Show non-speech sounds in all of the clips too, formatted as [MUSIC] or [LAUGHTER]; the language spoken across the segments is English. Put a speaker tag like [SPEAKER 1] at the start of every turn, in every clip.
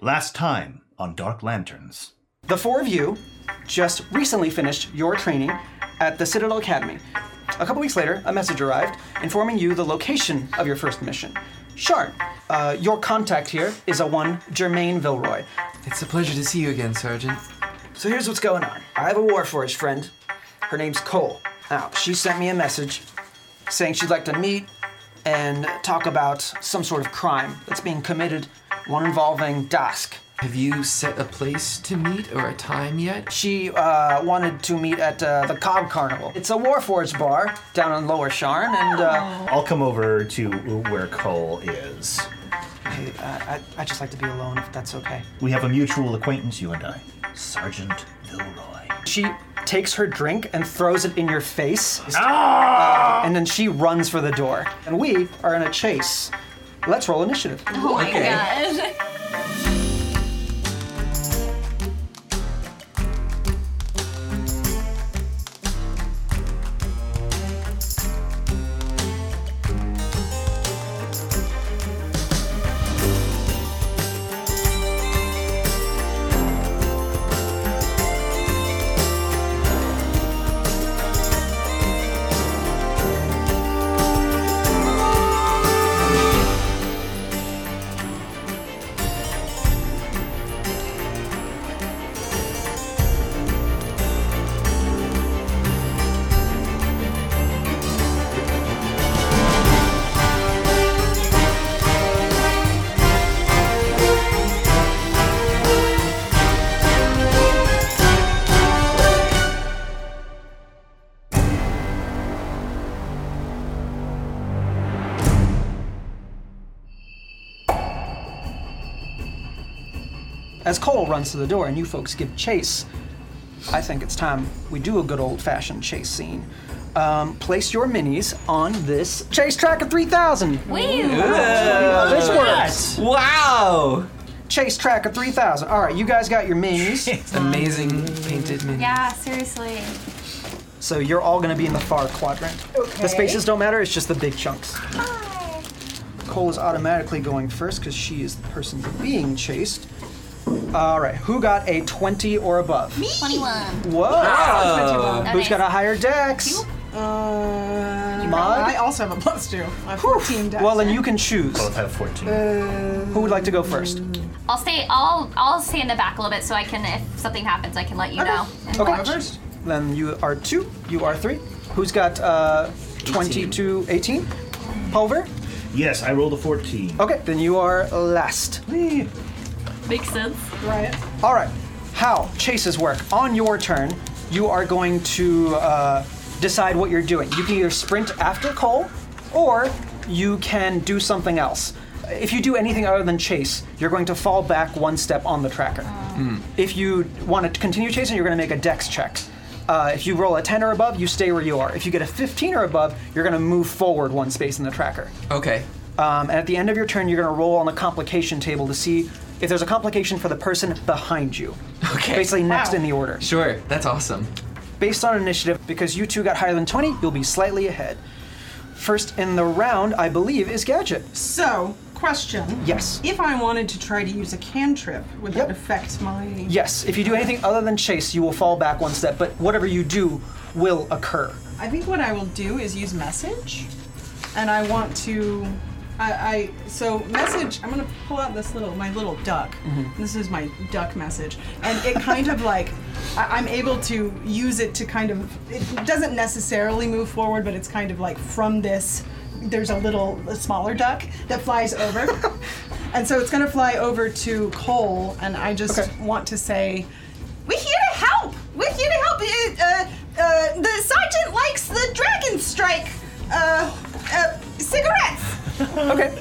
[SPEAKER 1] Last time on Dark Lanterns.
[SPEAKER 2] The four of you just recently finished your training at the Citadel Academy. A couple weeks later, a message arrived informing you the location of your first mission. Shard, uh, your contact here is a one Germaine Vilroy.
[SPEAKER 3] It's a pleasure to see you again, Sergeant.
[SPEAKER 2] So here's what's going on. I have a Warforged friend. Her name's Cole. Now, she sent me a message saying she'd like to meet and talk about some sort of crime that's being committed, one involving Dask.
[SPEAKER 3] Have you set a place to meet or a time yet?
[SPEAKER 2] She uh, wanted to meet at uh, the Cobb Carnival. It's a Warforged bar down on Lower Sharn, and uh,
[SPEAKER 1] I'll come over to where Cole is.
[SPEAKER 2] hey, uh, I, I- I'd just like to be alone if that's okay.
[SPEAKER 1] We have a mutual acquaintance, you and I, Sergeant Vilroy.
[SPEAKER 2] She takes her drink and throws it in your face,
[SPEAKER 1] Ah!
[SPEAKER 2] and then she runs for the door. And we are in a chase. Let's roll initiative.
[SPEAKER 4] Oh my gosh.
[SPEAKER 2] As Cole runs to the door and you folks give chase, I think it's time we do a good old fashioned chase scene. Um, place your minis on this chase tracker 3000. This works.
[SPEAKER 3] Wow!
[SPEAKER 2] Chase tracker 3000. All right, you guys got your minis.
[SPEAKER 3] Amazing painted mini.
[SPEAKER 4] Yeah, seriously.
[SPEAKER 2] so you're all going to be in the far quadrant. The spaces don't matter, it's just the big chunks. Cole is automatically going first because she is the person being chased. All right, who got a 20 or above? Me.
[SPEAKER 4] 21.
[SPEAKER 2] Whoa.
[SPEAKER 4] Okay.
[SPEAKER 2] Who's got a higher dex?
[SPEAKER 5] Uh,
[SPEAKER 2] Mud?
[SPEAKER 5] I also have a plus two. I have 14 dice.
[SPEAKER 2] Well, then you can choose.
[SPEAKER 1] Both have 14.
[SPEAKER 2] Who would like to go first?
[SPEAKER 4] I'll stay. I'll I'll stay in the back a little bit so I can, if something happens, I can let you know. and watch.
[SPEAKER 2] Then you are two, you are three. Who's got uh, 22, 18? Pulver?
[SPEAKER 1] yes, I rolled a 14.
[SPEAKER 2] Okay, then you are last.
[SPEAKER 4] Makes sense.
[SPEAKER 5] Right.
[SPEAKER 2] All right, Hal, Chase's work. On your turn, you are going to uh, decide what you're doing. You can either sprint after Cole, or you can do something else. If you do anything other than chase, you're going to fall back one step on the tracker. If you want to continue chasing, you're going to make a dex check. Uh, if you roll a 10 or above, you stay where you are. If you get a 15 or above, you're going to move forward one space in the tracker.
[SPEAKER 3] Okay.
[SPEAKER 2] Um, and at the end of your turn, you're going to roll on the complication table to see if there's a complication for the person behind you.
[SPEAKER 3] Okay.
[SPEAKER 2] Basically, next in the order.
[SPEAKER 3] Sure, that's awesome.
[SPEAKER 2] Based on initiative, because you two got higher than 20, you'll be slightly ahead. First in the round, I believe, is Gadget.
[SPEAKER 5] So, question.
[SPEAKER 2] Yes.
[SPEAKER 5] If I wanted to try to use a cantrip, would
[SPEAKER 2] Yep.
[SPEAKER 5] that affect my.
[SPEAKER 2] Yes, if you do anything other than chase, you will fall back one step, but whatever you do will occur.
[SPEAKER 5] I think what I will do is use message, and I want to. I, I so message. I'm gonna pull out this little my little duck. This is my duck message, and it kind of like I, I'm able to use it to kind of. It doesn't necessarily move forward, but it's kind of like from this. There's a little a smaller duck that flies over, and so it's gonna fly over to Cole, and I just
[SPEAKER 2] Okay.
[SPEAKER 5] want to say, we're here to help. We're here to help. Uh, uh, uh, the sergeant likes the dragon strike. Uh, uh, cigarettes.
[SPEAKER 2] Okay.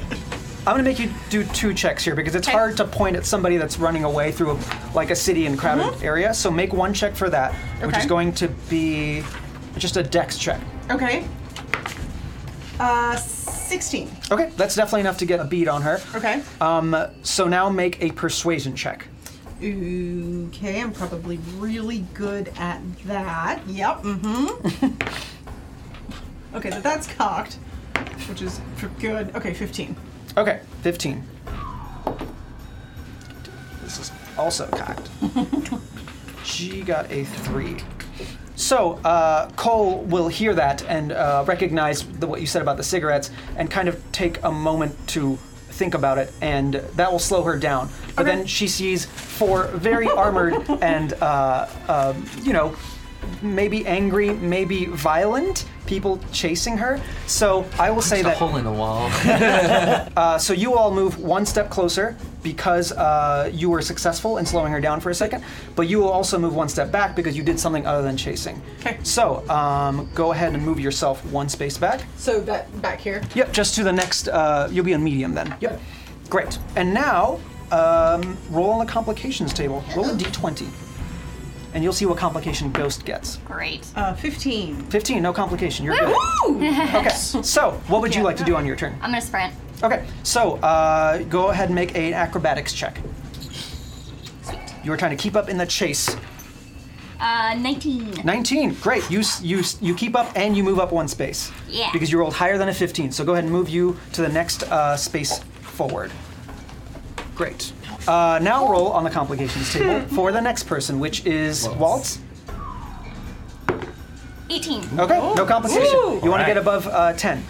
[SPEAKER 2] I'm gonna make you do two checks here because it's hard to point at somebody that's running away through like a city and crowded area. So make one check for that, which is
[SPEAKER 5] Okay.
[SPEAKER 2] going to be just a dex check.
[SPEAKER 5] Okay. Uh, sixteen.
[SPEAKER 2] Okay, that's definitely enough to get a beat on her.
[SPEAKER 5] Okay.
[SPEAKER 2] Um, so now make a persuasion check.
[SPEAKER 5] Okay, I'm probably really good at that. Yep. Mm-hmm. [LAUGHS] okay, but that's cocked, which is f- good. Okay, fifteen.
[SPEAKER 2] Okay, 15. also cocked. she got a three. So uh, Cole will hear that and uh, recognize the, what you said about the cigarettes and kind of take a moment to think about it, and that will slow her down. But then she sees four very armored and uh, uh, you know maybe angry, maybe violent people chasing her. So I will say
[SPEAKER 3] It's a
[SPEAKER 2] that
[SPEAKER 3] hole in the wall.
[SPEAKER 2] so you all move one step closer because uh, you were successful in slowing her down for a second, but you will also move one step back because you did something other than chasing.
[SPEAKER 5] Okay.
[SPEAKER 2] So um, go ahead and move yourself one space back.
[SPEAKER 5] So that back here.
[SPEAKER 2] Yep, just to the next. Uh, you'll be on medium then. Yep. Great. And now um, roll on the complications table. Roll a d20, and you'll see what complication Ghost gets.
[SPEAKER 4] Great.
[SPEAKER 5] Uh, 15.
[SPEAKER 2] 15, no complication. You're good.
[SPEAKER 5] [LAUGHS] Ooh!
[SPEAKER 2] Okay. So what would you like to do on your turn?
[SPEAKER 4] I'm gonna sprint.
[SPEAKER 2] Okay, so uh, go ahead and make an acrobatics check. You were trying to keep up in the chase.
[SPEAKER 4] Uh, 19.
[SPEAKER 2] 19, great. You s- you s- you keep up and you move up one space.
[SPEAKER 4] Yeah.
[SPEAKER 2] Because you rolled higher than a 15. So go ahead and move you to the next uh, space forward. Great. Uh, now roll on the complications
[SPEAKER 5] [LAUGHS]
[SPEAKER 2] table for the next person, which is Waltz.
[SPEAKER 4] 18.
[SPEAKER 2] Okay, no complication.
[SPEAKER 5] Ooh.
[SPEAKER 2] You want to
[SPEAKER 1] Alright.
[SPEAKER 2] get above uh, 10.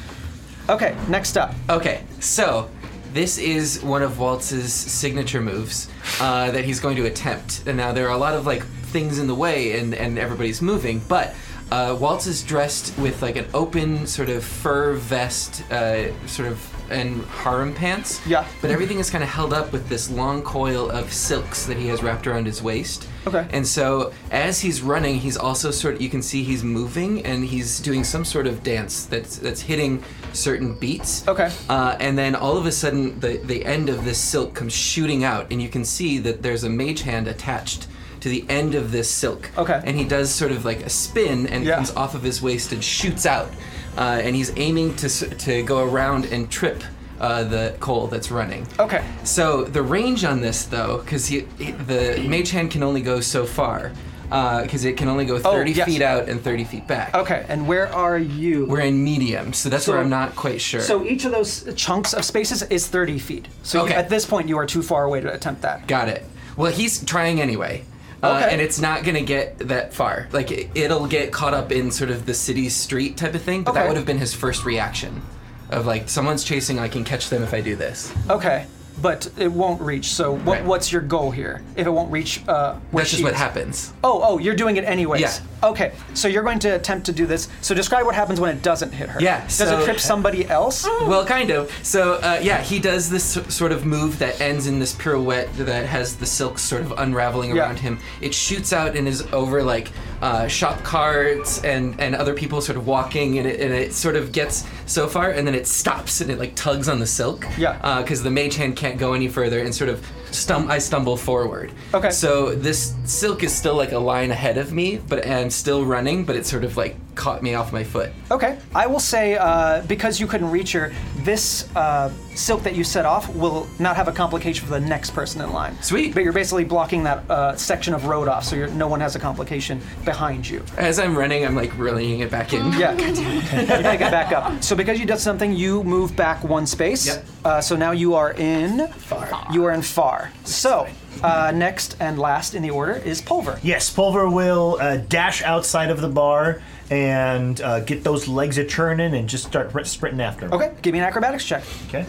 [SPEAKER 2] Okay, next up.
[SPEAKER 3] Okay, so this is one of Waltz's signature moves uh, that he's going to attempt. And now there are a lot of like things in the way, and and everybody's moving, but. Uh, Waltz is dressed with like an open sort of fur vest, uh, sort of, and harem pants.
[SPEAKER 2] Yeah.
[SPEAKER 3] But everything is kind of held up with this long coil of silks that he has wrapped around his waist.
[SPEAKER 2] Okay.
[SPEAKER 3] And so as he's running, he's also sort of, you can see he's moving and he's doing some sort of dance that's that's hitting certain beats.
[SPEAKER 2] Okay.
[SPEAKER 3] Uh, and then all of a sudden, the, the end of this silk comes shooting out, and you can see that there's a mage hand attached to the end of this silk.
[SPEAKER 2] Okay.
[SPEAKER 3] And he does sort of like a spin and
[SPEAKER 2] Yeah.
[SPEAKER 3] comes off of his waist and shoots out. Uh, and he's aiming to, s- to go around and trip uh, the coal that's running.
[SPEAKER 2] Okay.
[SPEAKER 3] So the range on this, though, because the mage hand can only go so far, because it can only go 30
[SPEAKER 2] Oh, yes.
[SPEAKER 3] feet out and 30 feet back.
[SPEAKER 2] Okay, and where are you?
[SPEAKER 3] We're in medium, so that's
[SPEAKER 2] So-
[SPEAKER 3] where I'm not quite sure.
[SPEAKER 2] So each of those chunks of spaces is 30 feet. So you-
[SPEAKER 3] Okay.
[SPEAKER 2] at this point, you are too far away to attempt that.
[SPEAKER 3] Got it. Well, he's trying anyway. Uh,
[SPEAKER 2] Okay.
[SPEAKER 3] And it's not going to get that far. Like, it, it'll get caught up in sort of the city street type of thing, but
[SPEAKER 2] Okay.
[SPEAKER 3] that would have been his first reaction of like, someone's chasing, I can catch them if I do this.
[SPEAKER 2] Okay, but it won't reach. So what,
[SPEAKER 3] Right.
[SPEAKER 2] what's your goal here? If it won't reach, uh, where
[SPEAKER 3] That's
[SPEAKER 2] she
[SPEAKER 3] just what
[SPEAKER 2] is?
[SPEAKER 3] happens.
[SPEAKER 2] Oh, oh, you're doing it anyways.
[SPEAKER 3] Yeah.
[SPEAKER 2] Okay, so you're going to attempt to do this. So describe what happens when it doesn't hit her.
[SPEAKER 3] Yeah,
[SPEAKER 2] Does it
[SPEAKER 3] so-
[SPEAKER 2] trip somebody else?
[SPEAKER 3] Well, kind of. So, uh, yeah, he does this s- sort of move that ends in this pirouette that has the silk sort of unraveling
[SPEAKER 2] Yeah.
[SPEAKER 3] around him. It shoots out and is over like uh, shop carts and, and other people sort of walking, and it, and it sort of gets so far, and then it stops and it like tugs on the silk.
[SPEAKER 2] Yeah.
[SPEAKER 3] Because the mage hand can't go any further, and sort of stum- I stumble forward.
[SPEAKER 2] Okay.
[SPEAKER 3] So this silk is still like a line ahead of me, but and I'm still running, but it sort of like caught me off my foot.
[SPEAKER 2] Okay, I will say uh, because you couldn't reach her, this uh, silk that you set off will not have a complication for the next person in line.
[SPEAKER 3] Sweet.
[SPEAKER 2] But you're basically blocking that uh, section of road off, so you're, no one has a complication behind you.
[SPEAKER 3] As I'm running, I'm like rallying it back in.
[SPEAKER 2] Yeah. you pick it back up. So because you did something, you move back one space.
[SPEAKER 3] Yep.
[SPEAKER 2] Uh, so now you are in far. You are in far. So uh, next and last in the order is Pulver.
[SPEAKER 1] Yes, Pulver will uh, dash outside of the bar and uh, get those legs a churning and just start r- sprinting after him.
[SPEAKER 2] Okay, give me an acrobatics check.
[SPEAKER 1] Okay.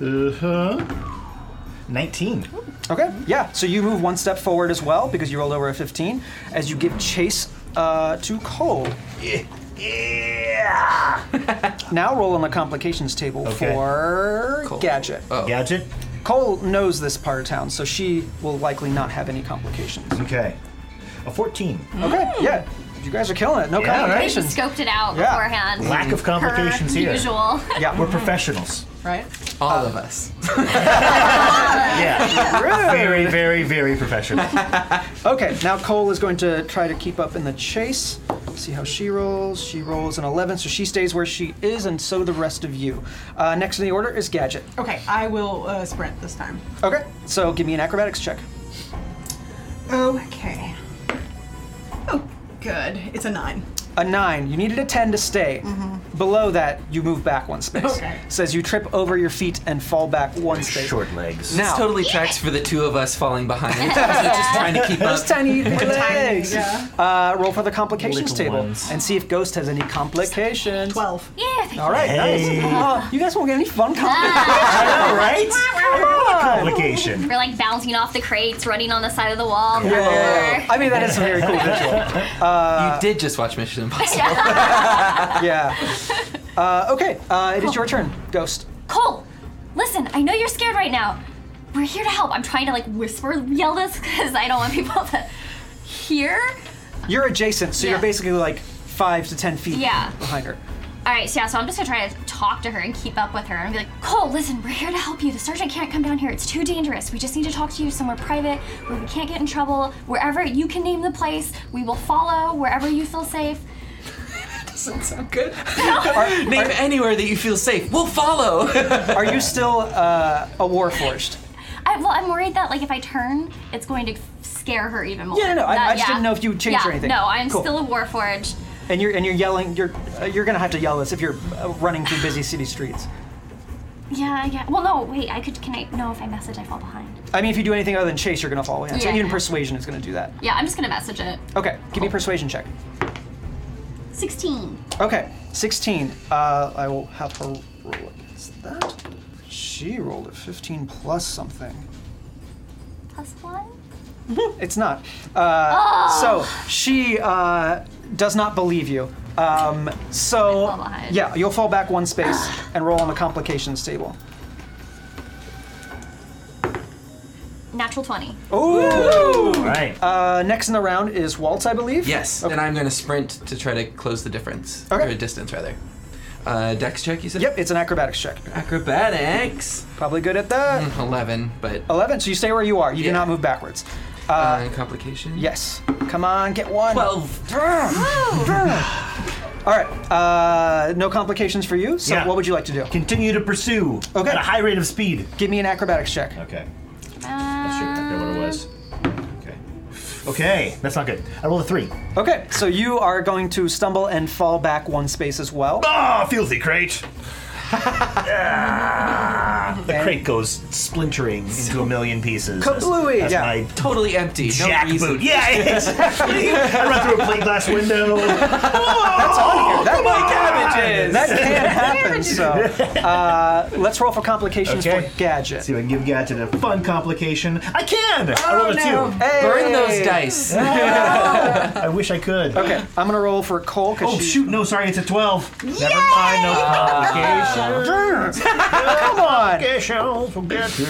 [SPEAKER 1] Uh huh. 19.
[SPEAKER 2] Okay, yeah. So you move one step forward as well because you rolled over a 15 as you give chase uh, to Cole.
[SPEAKER 1] Yeah!
[SPEAKER 2] Now roll on the complications table
[SPEAKER 1] Okay. Oh.
[SPEAKER 2] for
[SPEAKER 3] Cole.
[SPEAKER 2] Gadget.
[SPEAKER 1] Gadget?
[SPEAKER 2] Cole knows this part of town, so she will likely not have any complications.
[SPEAKER 1] Okay. A 14.
[SPEAKER 2] Okay, yeah. You guys are killing it. No
[SPEAKER 1] Yeah, right?
[SPEAKER 4] She
[SPEAKER 2] complications.
[SPEAKER 4] scoped it out
[SPEAKER 2] Yeah.
[SPEAKER 4] beforehand.
[SPEAKER 1] Lack of
[SPEAKER 4] Per
[SPEAKER 1] complications here.
[SPEAKER 4] Usual. [LAUGHS]
[SPEAKER 2] Yeah,
[SPEAKER 1] We're professionals.
[SPEAKER 5] Right?
[SPEAKER 3] All of us.
[SPEAKER 1] Yeah.
[SPEAKER 2] Rude.
[SPEAKER 1] very, very, very professional.
[SPEAKER 2] Okay, now Cole is going to try to keep up in the chase. See how she rolls. She rolls an 11, so she stays where she is, and so the rest of you. Uh, next in the order is Gadget.
[SPEAKER 5] Okay, I will uh, sprint this time.
[SPEAKER 2] Okay, so give me an acrobatics check.
[SPEAKER 5] Okay. Oh, good. It's a nine.
[SPEAKER 2] a nine. You needed a ten to stay. Below that, you move back one space.
[SPEAKER 5] Okay.
[SPEAKER 2] Says you trip over your feet and fall back one space.
[SPEAKER 1] Short legs.
[SPEAKER 3] This
[SPEAKER 2] Now,
[SPEAKER 3] totally tracks for the two of us falling behind. just trying to keep
[SPEAKER 2] those
[SPEAKER 3] up.
[SPEAKER 2] tiny legs.
[SPEAKER 5] yeah.
[SPEAKER 2] Uh, roll for the complications
[SPEAKER 1] Little
[SPEAKER 2] table
[SPEAKER 1] ones.
[SPEAKER 2] and see if Ghost has any complications.
[SPEAKER 5] Twelve.
[SPEAKER 4] Yeah, thank you.
[SPEAKER 2] All right,
[SPEAKER 1] Hey.
[SPEAKER 2] nice. Oh, you guys won't get any fun complications.
[SPEAKER 1] I know, right? Complication.
[SPEAKER 4] We're like bouncing off the crates, running on the side of the wall.
[SPEAKER 2] I mean, that is a very
[SPEAKER 1] [LAUGHS]
[SPEAKER 2] cool visual.
[SPEAKER 3] you did just watch Mission Impossible.
[SPEAKER 4] [LAUGHS]
[SPEAKER 2] Yeah. Uh, okay, uh, it is your turn, Ghost.
[SPEAKER 4] Cole, listen, I know you're scared right now. We're here to help. I'm trying to like whisper, yell this because I don't want people to hear.
[SPEAKER 2] You're adjacent, so you're
[SPEAKER 4] Yeah.
[SPEAKER 2] basically like five to ten feet
[SPEAKER 4] Yeah.
[SPEAKER 2] behind her.
[SPEAKER 4] All right, so yeah, so I'm just gonna try to talk to her and keep up with her and be like, Cole, listen, we're here to help you. The sergeant can't come down here. It's too dangerous. We just need to talk to you somewhere private where we can't get in trouble. Wherever you can name the place, we will follow wherever you feel safe.
[SPEAKER 3] Doesn't sound [LAUGHS] good. Name anywhere that you feel safe. We'll follow.
[SPEAKER 2] Are you still uh, a warforged?
[SPEAKER 4] I, well, I'm worried that like if I turn, it's going to scare her even more.
[SPEAKER 2] Yeah, no, no, I-
[SPEAKER 4] That-
[SPEAKER 2] I just didn't know if you would change
[SPEAKER 4] yeah,
[SPEAKER 2] or anything.
[SPEAKER 4] No, I'm
[SPEAKER 2] Cool.
[SPEAKER 4] still a Warforged.
[SPEAKER 2] And you're and you're yelling. You're uh, you're gonna have to yell this if you're uh, running through busy city streets.
[SPEAKER 4] Yeah, yeah. Well, no, wait. I could. Can I? No, if I message, I fall behind.
[SPEAKER 2] I mean, if you do anything other than chase, you're gonna fall. Yeah. So
[SPEAKER 4] Yeah.
[SPEAKER 2] even persuasion is gonna do that.
[SPEAKER 4] Yeah, I'm just gonna message it.
[SPEAKER 2] Okay, give me a persuasion check.
[SPEAKER 4] Sixteen.
[SPEAKER 2] Okay, 16. Uh, I will have her roll against that. She rolled a 15 plus something.
[SPEAKER 4] Plus one.
[SPEAKER 2] It's not. Uh,
[SPEAKER 4] Oh.
[SPEAKER 2] So she uh, does not believe you. Um, so
[SPEAKER 4] I fall behind.
[SPEAKER 2] yeah, you'll fall back one
[SPEAKER 4] [SIGHS]
[SPEAKER 2] space and roll on the complications table.
[SPEAKER 4] Natural twenty.
[SPEAKER 2] Oh, Ooh!
[SPEAKER 1] All right.
[SPEAKER 2] Uh, next in the round is Waltz, I believe.
[SPEAKER 3] yes,
[SPEAKER 2] Okay.
[SPEAKER 3] and I'm going to sprint to try to close the difference
[SPEAKER 2] Okay.
[SPEAKER 3] or distance rather. Uh, dex check, you said.
[SPEAKER 2] Yep, it's an acrobatics check.
[SPEAKER 3] Acrobatics.
[SPEAKER 2] Probably good at that.
[SPEAKER 3] Eleven, but uh,
[SPEAKER 2] 11. So you stay where you are. You do
[SPEAKER 3] Hmm. Yeah.
[SPEAKER 2] not move backwards.
[SPEAKER 3] complication.
[SPEAKER 2] Yes. Come on, get one.
[SPEAKER 3] Twelve.
[SPEAKER 2] All right. Uh, no complications for you. So
[SPEAKER 1] Yeah.
[SPEAKER 2] what would you like to do?
[SPEAKER 1] Continue to pursue
[SPEAKER 2] Okay.
[SPEAKER 1] at a high rate of speed.
[SPEAKER 2] Give me an acrobatics check.
[SPEAKER 1] Okay.
[SPEAKER 4] Uh,
[SPEAKER 1] Sure, I know what
[SPEAKER 4] Um,
[SPEAKER 1] it was. Okay. Okay, that's not good. I rolled a three.
[SPEAKER 2] Okay, so you are going to stumble and fall back one space as well.
[SPEAKER 1] Ah, filthy crate! Ah, the crate goes splintering into a million pieces. as-
[SPEAKER 2] Kablooey,
[SPEAKER 1] as
[SPEAKER 2] yeah.
[SPEAKER 1] my
[SPEAKER 3] Totally empty. no reason.
[SPEAKER 1] jackboot. Yeah, [LAUGHS] exactly. I run through a plate glass window. Oh, That's all.
[SPEAKER 2] That
[SPEAKER 3] My cabbages.
[SPEAKER 2] That can
[SPEAKER 3] [LAUGHS]
[SPEAKER 2] happen. So uh, let's roll for complications
[SPEAKER 1] Okay.
[SPEAKER 2] for gadget.
[SPEAKER 1] See if I can give Gadget a fun complication. I can. I rolled a
[SPEAKER 5] no.
[SPEAKER 1] two.
[SPEAKER 2] Hey!
[SPEAKER 3] Burn those dice.
[SPEAKER 1] I wish I could.
[SPEAKER 2] Okay, I'm gonna roll for Cole because
[SPEAKER 1] Oh
[SPEAKER 2] she.
[SPEAKER 1] shoot! No, sorry, it's a twelve. Never mind. No [LAUGHS] complication.
[SPEAKER 2] Brr. Come on.
[SPEAKER 1] Complications will get you.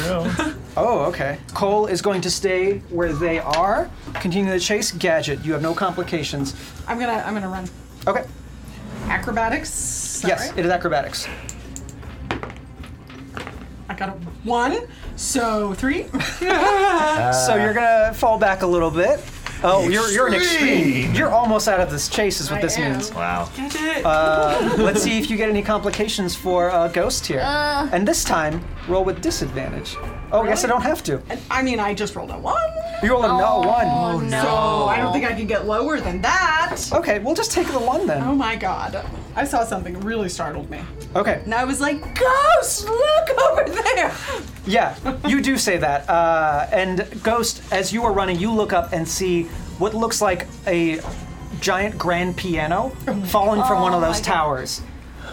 [SPEAKER 2] Oh, okay. Cole is going to stay where they are. Continue the chase. Gadget, you have no complications.
[SPEAKER 5] I'm gonna I'm gonna run.
[SPEAKER 2] Okay.
[SPEAKER 5] Acrobatics. is that
[SPEAKER 2] Yes,
[SPEAKER 5] right?
[SPEAKER 2] it is acrobatics.
[SPEAKER 5] I got a one, so three.
[SPEAKER 6] [LAUGHS]
[SPEAKER 2] So you're gonna fall back a little bit. Oh, you're you're an extreme.
[SPEAKER 1] Extreme.
[SPEAKER 2] You're almost out of this chase, is what
[SPEAKER 5] I
[SPEAKER 2] this
[SPEAKER 5] am.
[SPEAKER 2] means.
[SPEAKER 1] Wow.
[SPEAKER 2] Let's see if you get any complications for uh, Ghost here.
[SPEAKER 4] Uh.
[SPEAKER 2] and this time, roll with disadvantage. Oh, yes, I
[SPEAKER 5] Really?
[SPEAKER 2] don't have to.
[SPEAKER 5] And, Oh, I mean, I just rolled a one,
[SPEAKER 2] You rolled a no one.
[SPEAKER 4] [LAUGHS]
[SPEAKER 5] so I don't think I could get lower than that.
[SPEAKER 2] Okay, we'll just take the one
[SPEAKER 5] Oh
[SPEAKER 2] then.
[SPEAKER 5] my god. I saw something really startled me.
[SPEAKER 2] Okay.
[SPEAKER 5] And I was like, Ghost, look over there!
[SPEAKER 2] Yeah, you do say that. Uh, and Ghost, as you are running, you look up and see what looks like a giant grand piano falling from one of those towers.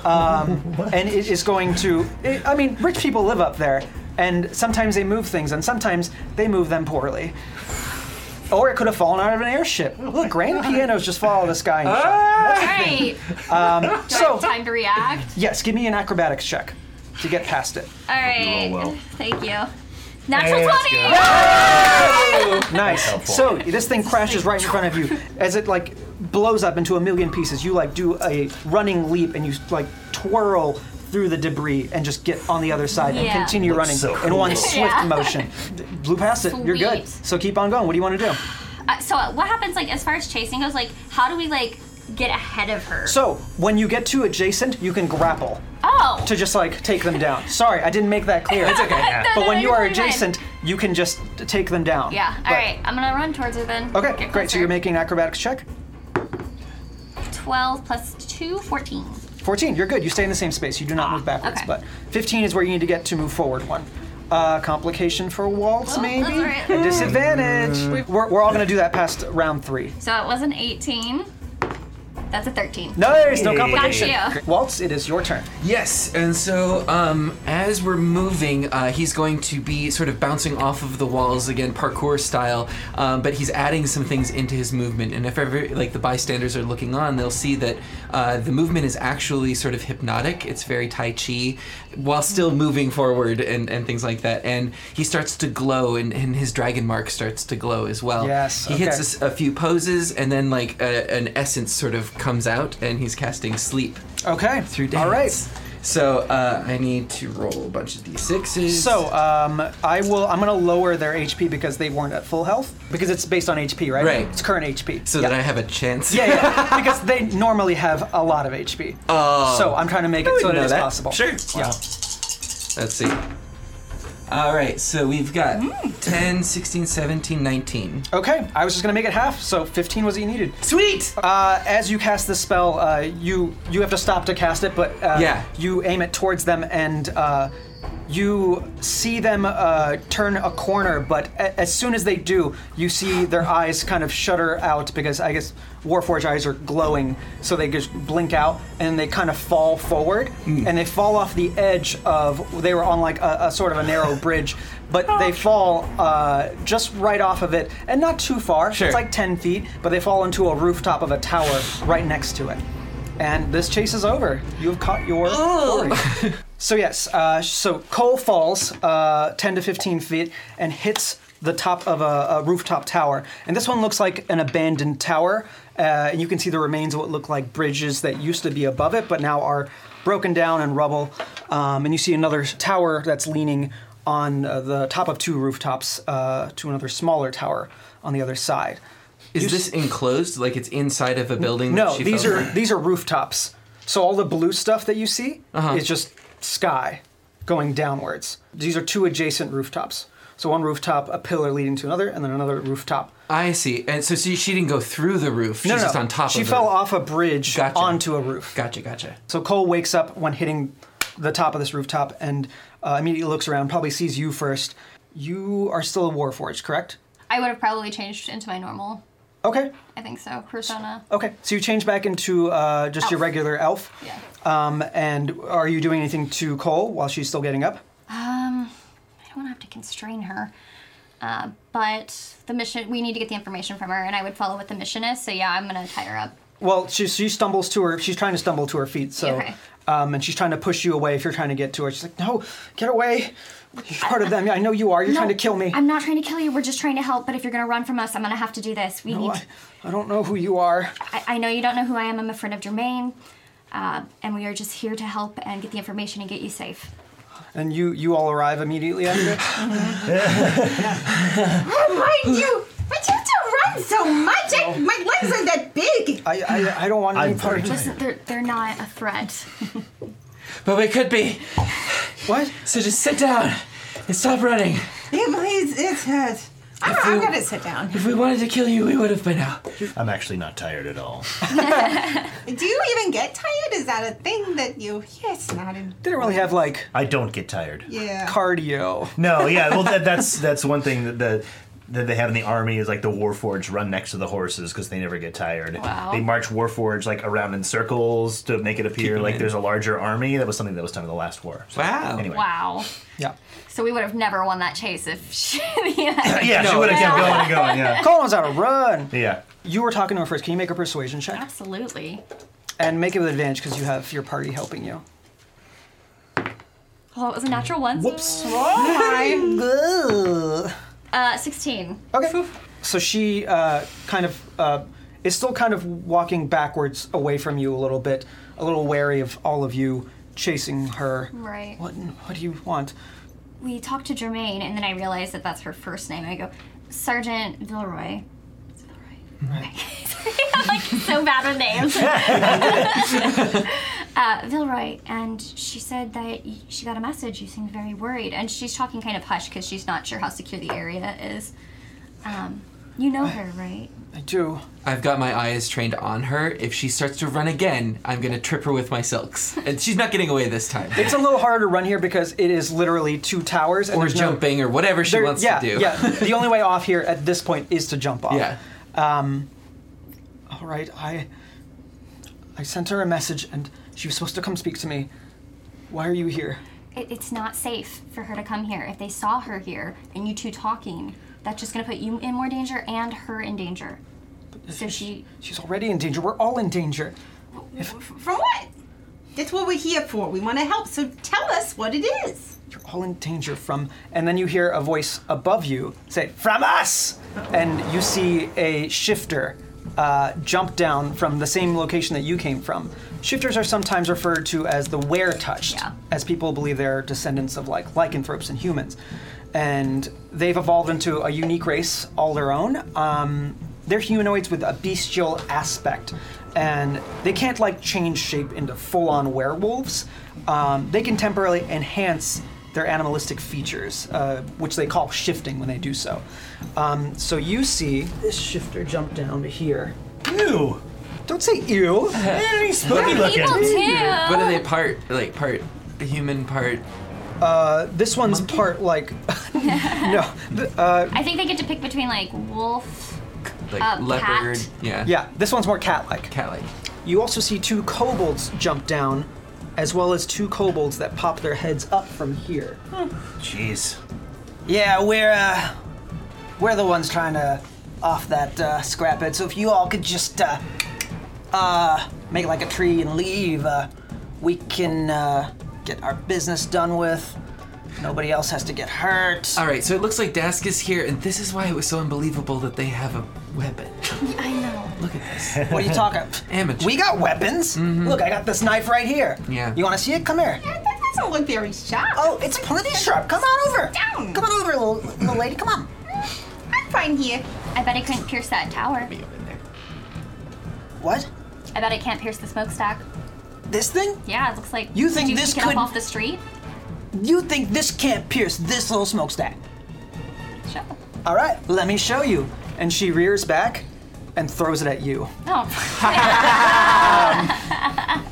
[SPEAKER 2] Um, and it is going to. It, I mean, rich people live up there, and sometimes they move things, and sometimes they move them poorly. Or it could have fallen out of an airship. Look, grand pianos just fall out of the sky. And
[SPEAKER 4] all right.
[SPEAKER 2] shit. So,
[SPEAKER 4] Time to react.
[SPEAKER 2] yes, give me an acrobatics check to get past it.
[SPEAKER 4] [LAUGHS] All right.
[SPEAKER 1] well.
[SPEAKER 4] Thank you. Natural
[SPEAKER 1] Hey, let's
[SPEAKER 4] twenty.
[SPEAKER 1] go.
[SPEAKER 2] Nice.
[SPEAKER 1] helpful.
[SPEAKER 2] So this thing crashes right in front
[SPEAKER 1] [LAUGHS]
[SPEAKER 2] of you as it like blows up into a million pieces. You like do a running leap and you like twirl through the debris and just get on the other side and
[SPEAKER 4] Yeah.
[SPEAKER 2] continue
[SPEAKER 1] Looks
[SPEAKER 2] running
[SPEAKER 1] so
[SPEAKER 2] in
[SPEAKER 1] cool.
[SPEAKER 2] one swift motion. Blew past it. You're good.
[SPEAKER 4] Sweet.
[SPEAKER 2] So keep on going. What do you want to do?
[SPEAKER 4] Uh, so uh, what happens like as far as chasing goes? Like how do we like get ahead of her?
[SPEAKER 2] So when you get too adjacent, you can grapple
[SPEAKER 4] oh.
[SPEAKER 2] to just like take them down. Sorry, I didn't make that clear. It's okay.
[SPEAKER 4] [LAUGHS] No,
[SPEAKER 2] But
[SPEAKER 4] no,
[SPEAKER 2] when
[SPEAKER 4] no,
[SPEAKER 2] you
[SPEAKER 4] you're
[SPEAKER 2] are
[SPEAKER 4] fine.
[SPEAKER 2] adjacent, you can just take them down.
[SPEAKER 4] yeah. All
[SPEAKER 2] But-
[SPEAKER 4] right. I'm gonna run towards her then.
[SPEAKER 2] Okay,
[SPEAKER 4] Get
[SPEAKER 2] great. So
[SPEAKER 4] closer.
[SPEAKER 2] you're making an acrobatics check?
[SPEAKER 4] 12 plus 2, 14.
[SPEAKER 2] 14, you're good. You stay in the same space. You do not move backwards.
[SPEAKER 4] Ah, okay.
[SPEAKER 2] But 15 is where you need to get to move forward one. Uh, complication for waltz, maybe?
[SPEAKER 4] that's right.
[SPEAKER 2] A disadvantage.
[SPEAKER 3] Mm.
[SPEAKER 2] We're, we're all going to do that past round three.
[SPEAKER 4] So it was an 18. That's a 13.
[SPEAKER 2] No, there's no complication.
[SPEAKER 4] Gotcha.
[SPEAKER 2] Waltz, it is your turn.
[SPEAKER 3] Yes, and so um, as we're moving, uh, he's going to be sort of bouncing off of the walls again, parkour style. Um, but he's adding some things into his movement, and if ever like the bystanders are looking on, they'll see that uh, the movement is actually sort of hypnotic. It's very tai chi, while still moving forward and, and things like that. And he starts to glow, and, and his dragon mark starts to glow as well.
[SPEAKER 2] Yes,
[SPEAKER 3] he hits
[SPEAKER 2] okay.
[SPEAKER 3] a s- a, few poses, and then like a, an essence sort of comes out, and he's casting sleep
[SPEAKER 2] Okay.
[SPEAKER 3] through dance.
[SPEAKER 2] All right.
[SPEAKER 3] So uh, I need to roll a bunch of d6s.
[SPEAKER 2] So um, I will. I'm going to lower their HP because they weren't at full health because it's based on HP, right?
[SPEAKER 3] Right.
[SPEAKER 2] It's current HP.
[SPEAKER 3] so
[SPEAKER 2] yeah.
[SPEAKER 3] that I have a chance. [LAUGHS]
[SPEAKER 2] yeah, yeah, because they normally have a lot of HP.
[SPEAKER 3] Oh.
[SPEAKER 2] so I'm trying to make it so that
[SPEAKER 3] know
[SPEAKER 2] it's
[SPEAKER 3] that.
[SPEAKER 2] possible.
[SPEAKER 3] Sure.
[SPEAKER 2] Yeah.
[SPEAKER 3] Let's see. All right. So we've got
[SPEAKER 2] Mm.
[SPEAKER 3] 10, 16, 17, 19.
[SPEAKER 2] Okay, I was just gonna make it half, so 15 was what you needed.
[SPEAKER 3] Sweet.
[SPEAKER 2] Uh, as you cast this spell, uh, you you have to stop to cast it, but uh,
[SPEAKER 3] Yeah.
[SPEAKER 2] you aim it towards them, and uh, you see them uh, turn a corner. But a- as soon as they do, you see their eyes kind of shudder out because I guess Warforged eyes are glowing, so they just blink out and they kind of fall forward, and they fall off the edge of. They were on like a, a sort of a narrow bridge, but they fall uh, just right off of it, and not too far.
[SPEAKER 3] Sure.
[SPEAKER 2] It's like 10 feet, but they fall into a rooftop of a tower right next to it. And this chase is over. You have caught your quarry. so, yes, uh, so Cole falls uh, 10 to 15 feet and hits the top of a, a rooftop tower. And this one looks like an abandoned tower. Uh, and you can see the remains of what look like bridges that used to be above it, but now are broken down and rubble. Um, and you see another tower that's leaning on uh, the top of two rooftops uh, to another smaller tower on the other side.
[SPEAKER 3] Is this enclosed? Like it's inside of a building? that
[SPEAKER 2] No,
[SPEAKER 3] she
[SPEAKER 2] these
[SPEAKER 3] fell
[SPEAKER 2] are
[SPEAKER 3] from?
[SPEAKER 2] these are rooftops. So all the blue stuff that you see
[SPEAKER 3] Uh-huh.
[SPEAKER 2] is just sky going downwards. These are two adjacent rooftops. So one rooftop, a pillar leading to another, and then another rooftop.
[SPEAKER 3] I see. And so she, she didn't go through the roof. She's
[SPEAKER 2] No, no,
[SPEAKER 3] just
[SPEAKER 2] no.
[SPEAKER 3] on top
[SPEAKER 2] she
[SPEAKER 3] of
[SPEAKER 2] fell
[SPEAKER 3] the-
[SPEAKER 2] off a bridge
[SPEAKER 3] Gotcha.
[SPEAKER 2] onto a roof.
[SPEAKER 3] Gotcha, gotcha.
[SPEAKER 2] So Cole wakes up when hitting the top of this rooftop and uh, immediately looks around, probably sees you first. You are still a Warforged, correct?
[SPEAKER 4] I would have probably changed into my normal,
[SPEAKER 2] Okay.
[SPEAKER 4] I think so, persona.
[SPEAKER 2] Okay. So you change back into uh, just your
[SPEAKER 4] Elf.
[SPEAKER 2] regular elf.
[SPEAKER 4] Yeah.
[SPEAKER 2] Um, and are you doing anything to Cole while she's still getting up?
[SPEAKER 4] I don't want to have to constrain her. Uh, but the mission, we need to get the information from her, and I would follow what the mission is. So yeah, I'm gonna tie her up.
[SPEAKER 2] Well, she, she stumbles to her. She's trying to stumble to her feet. So,
[SPEAKER 4] Okay.
[SPEAKER 2] um, and she's trying to push you away. If you're trying to get to her, she's like, "No, get away! You're part of them. I know you are. You're trying to kill me.
[SPEAKER 4] I'm not trying to kill you. We're just trying to help. But if you're gonna run from us, I'm gonna have to do this. We
[SPEAKER 2] Oh,
[SPEAKER 4] need.
[SPEAKER 2] I, I don't know who you are.
[SPEAKER 4] I, I know you don't know who I am. I'm a friend of Jermaine, uh, and we are just here to help and get the information and get you safe.
[SPEAKER 2] And you you all arrive immediately after.
[SPEAKER 4] [SIGHS]
[SPEAKER 6] Why you? Why do you have to run so much? I, my legs are that big.
[SPEAKER 2] I, I I don't want any
[SPEAKER 1] I'm
[SPEAKER 2] part of
[SPEAKER 1] very
[SPEAKER 2] this.
[SPEAKER 4] Listen, they're they're not a threat.
[SPEAKER 3] But we could be.
[SPEAKER 2] What?
[SPEAKER 3] So just sit down and stop running.
[SPEAKER 6] Emily, it's, it's hurt.
[SPEAKER 5] Ah,
[SPEAKER 6] I'm,
[SPEAKER 3] If
[SPEAKER 6] I'm
[SPEAKER 3] you-
[SPEAKER 6] gonna sit down.
[SPEAKER 3] If we wanted to kill you, we would have by now.
[SPEAKER 1] I'm actually not tired at all.
[SPEAKER 6] Do you even get tired? Is that a thing that you? Yes, not in.
[SPEAKER 2] They don't really have like
[SPEAKER 1] I don't get tired.
[SPEAKER 6] Yeah.
[SPEAKER 2] cardio.
[SPEAKER 1] No, yeah, well, that, that's that's one thing that the that they have in the army is like the warforged run next to the horses because they never get tired.
[SPEAKER 4] Wow.
[SPEAKER 1] They march warforged like around in circles to make it appear
[SPEAKER 3] them
[SPEAKER 1] like
[SPEAKER 3] in.
[SPEAKER 1] there's a larger army. That was something that was done in the last war. So,
[SPEAKER 3] Wow.
[SPEAKER 1] Anyway.
[SPEAKER 4] Wow.
[SPEAKER 2] Yeah.
[SPEAKER 4] So we would have never won that chase if
[SPEAKER 2] [COUGHS]
[SPEAKER 4] [LAUGHS] she. yeah.
[SPEAKER 1] [LAUGHS] Yeah, she would have kept going and going.
[SPEAKER 2] [LAUGHS]
[SPEAKER 1] Yeah.
[SPEAKER 2] Cole knows how to run.
[SPEAKER 1] Yeah.
[SPEAKER 2] You were talking to her first. Can you make a persuasion check
[SPEAKER 4] Absolutely.
[SPEAKER 2] and make it with advantage because you have your party helping you?
[SPEAKER 4] Oh, it was a natural one. so-
[SPEAKER 1] Whoops.
[SPEAKER 2] Ugh.
[SPEAKER 4] Uh, 16.
[SPEAKER 2] Okay. So she uh, kind of uh, is still kind of walking backwards away from you a little bit, a little wary of all of you chasing her.
[SPEAKER 4] Right.
[SPEAKER 2] What? What do you want?
[SPEAKER 4] We talked to Jermaine, and then I realized that that's her first name. I go, Sergeant Vilroy. It's Vilroy. Okay. [LAUGHS] Sorry, I'm like so bad with names. uh, Vilroy, and she said that y- she got a message. You seemed very worried, and she's talking kind of hush because she's not sure how secure the area is. Um, You know her, right?
[SPEAKER 2] I do.
[SPEAKER 3] I've got my eyes trained on her. If she starts to run again, I'm gonna trip her with my silks. And she's not getting away this time.
[SPEAKER 2] It's a little harder to run here because it is literally two towers. And
[SPEAKER 3] [LAUGHS] or
[SPEAKER 2] there's no-
[SPEAKER 3] jumping or whatever she
[SPEAKER 2] there-
[SPEAKER 3] wants
[SPEAKER 2] yeah,
[SPEAKER 3] to do. [LAUGHS]
[SPEAKER 2] Yeah, the only way off here at this point is to jump off.
[SPEAKER 3] Yeah.
[SPEAKER 2] All right, I I sent her a message and she was supposed to come speak to me. Why are you here?
[SPEAKER 4] It, it's not safe for her to come here. If they saw her here and you two talking, that's just gonna put you in more danger and her in danger. So she.
[SPEAKER 2] She's already in danger. We're all in danger.
[SPEAKER 6] From what? That's what we're here for. We want to help, so tell us what it is.
[SPEAKER 2] You're all in danger from and then you hear a voice above you say, "From us!" And you see a shifter uh, jump down from the same location that you came from. Shifters are sometimes referred to as the were touched,
[SPEAKER 4] Yeah.
[SPEAKER 2] as people believe they're descendants of like lycanthropes and humans. And they've evolved into a unique race all their own. Um, they're humanoids with a bestial aspect, and they can't like change shape into full on werewolves. Um, they can temporarily enhance their animalistic features, uh, which they call shifting when they do so. Um, so you see this shifter jump down to here.
[SPEAKER 1] Ew.
[SPEAKER 2] Don't say [LAUGHS] ew.
[SPEAKER 1] Very spooky
[SPEAKER 4] They're
[SPEAKER 1] looking.
[SPEAKER 4] evil too!
[SPEAKER 3] What are they part? Like part human, part.
[SPEAKER 2] This one's part like [LAUGHS] no. th- uh,
[SPEAKER 4] I think they get to pick between like wolf.
[SPEAKER 3] Like
[SPEAKER 4] Uh,
[SPEAKER 3] leopard.
[SPEAKER 4] cat.
[SPEAKER 3] Yeah.
[SPEAKER 2] yeah, this one's more cat-like.
[SPEAKER 3] Cat like.
[SPEAKER 2] You also see two kobolds jump down, as well as two kobolds that pop their heads up from here.
[SPEAKER 1] Jeez.
[SPEAKER 2] Yeah, we're uh, we're the ones trying to off that uh, scrap it. So if you all could just uh, uh, make like a tree and leave, uh, we can uh, get our business done with. Nobody else has to get hurt.
[SPEAKER 3] All right, so it looks like Dask is here, and this is why it was so unbelievable that they have a weapon.
[SPEAKER 4] [LAUGHS] I know.
[SPEAKER 3] Look at
[SPEAKER 2] [LAUGHS]
[SPEAKER 3] this.
[SPEAKER 2] What are you talking?
[SPEAKER 3] Amateur.
[SPEAKER 2] We got weapons. Look, I got this knife right here.
[SPEAKER 3] Yeah.
[SPEAKER 2] You want to see it? Come here.
[SPEAKER 6] That, that doesn't look very sharp.
[SPEAKER 2] Oh, it's plenty sharp. Come on over.
[SPEAKER 6] Down.
[SPEAKER 2] Come on over, little, little lady. Come on.
[SPEAKER 6] I'm fine here.
[SPEAKER 4] I bet it couldn't pierce that tower.
[SPEAKER 2] What?
[SPEAKER 4] I bet it can't pierce the smokestack.
[SPEAKER 2] This thing?
[SPEAKER 4] Yeah, it looks like.
[SPEAKER 2] You think
[SPEAKER 4] did you
[SPEAKER 2] this
[SPEAKER 4] pick it
[SPEAKER 2] could-
[SPEAKER 4] up off the street?
[SPEAKER 2] You think this can't pierce this little smokestack?
[SPEAKER 4] Sure.
[SPEAKER 2] All right, let me show you. And she rears back and throws it at you. [LAUGHS]
[SPEAKER 4] Oh.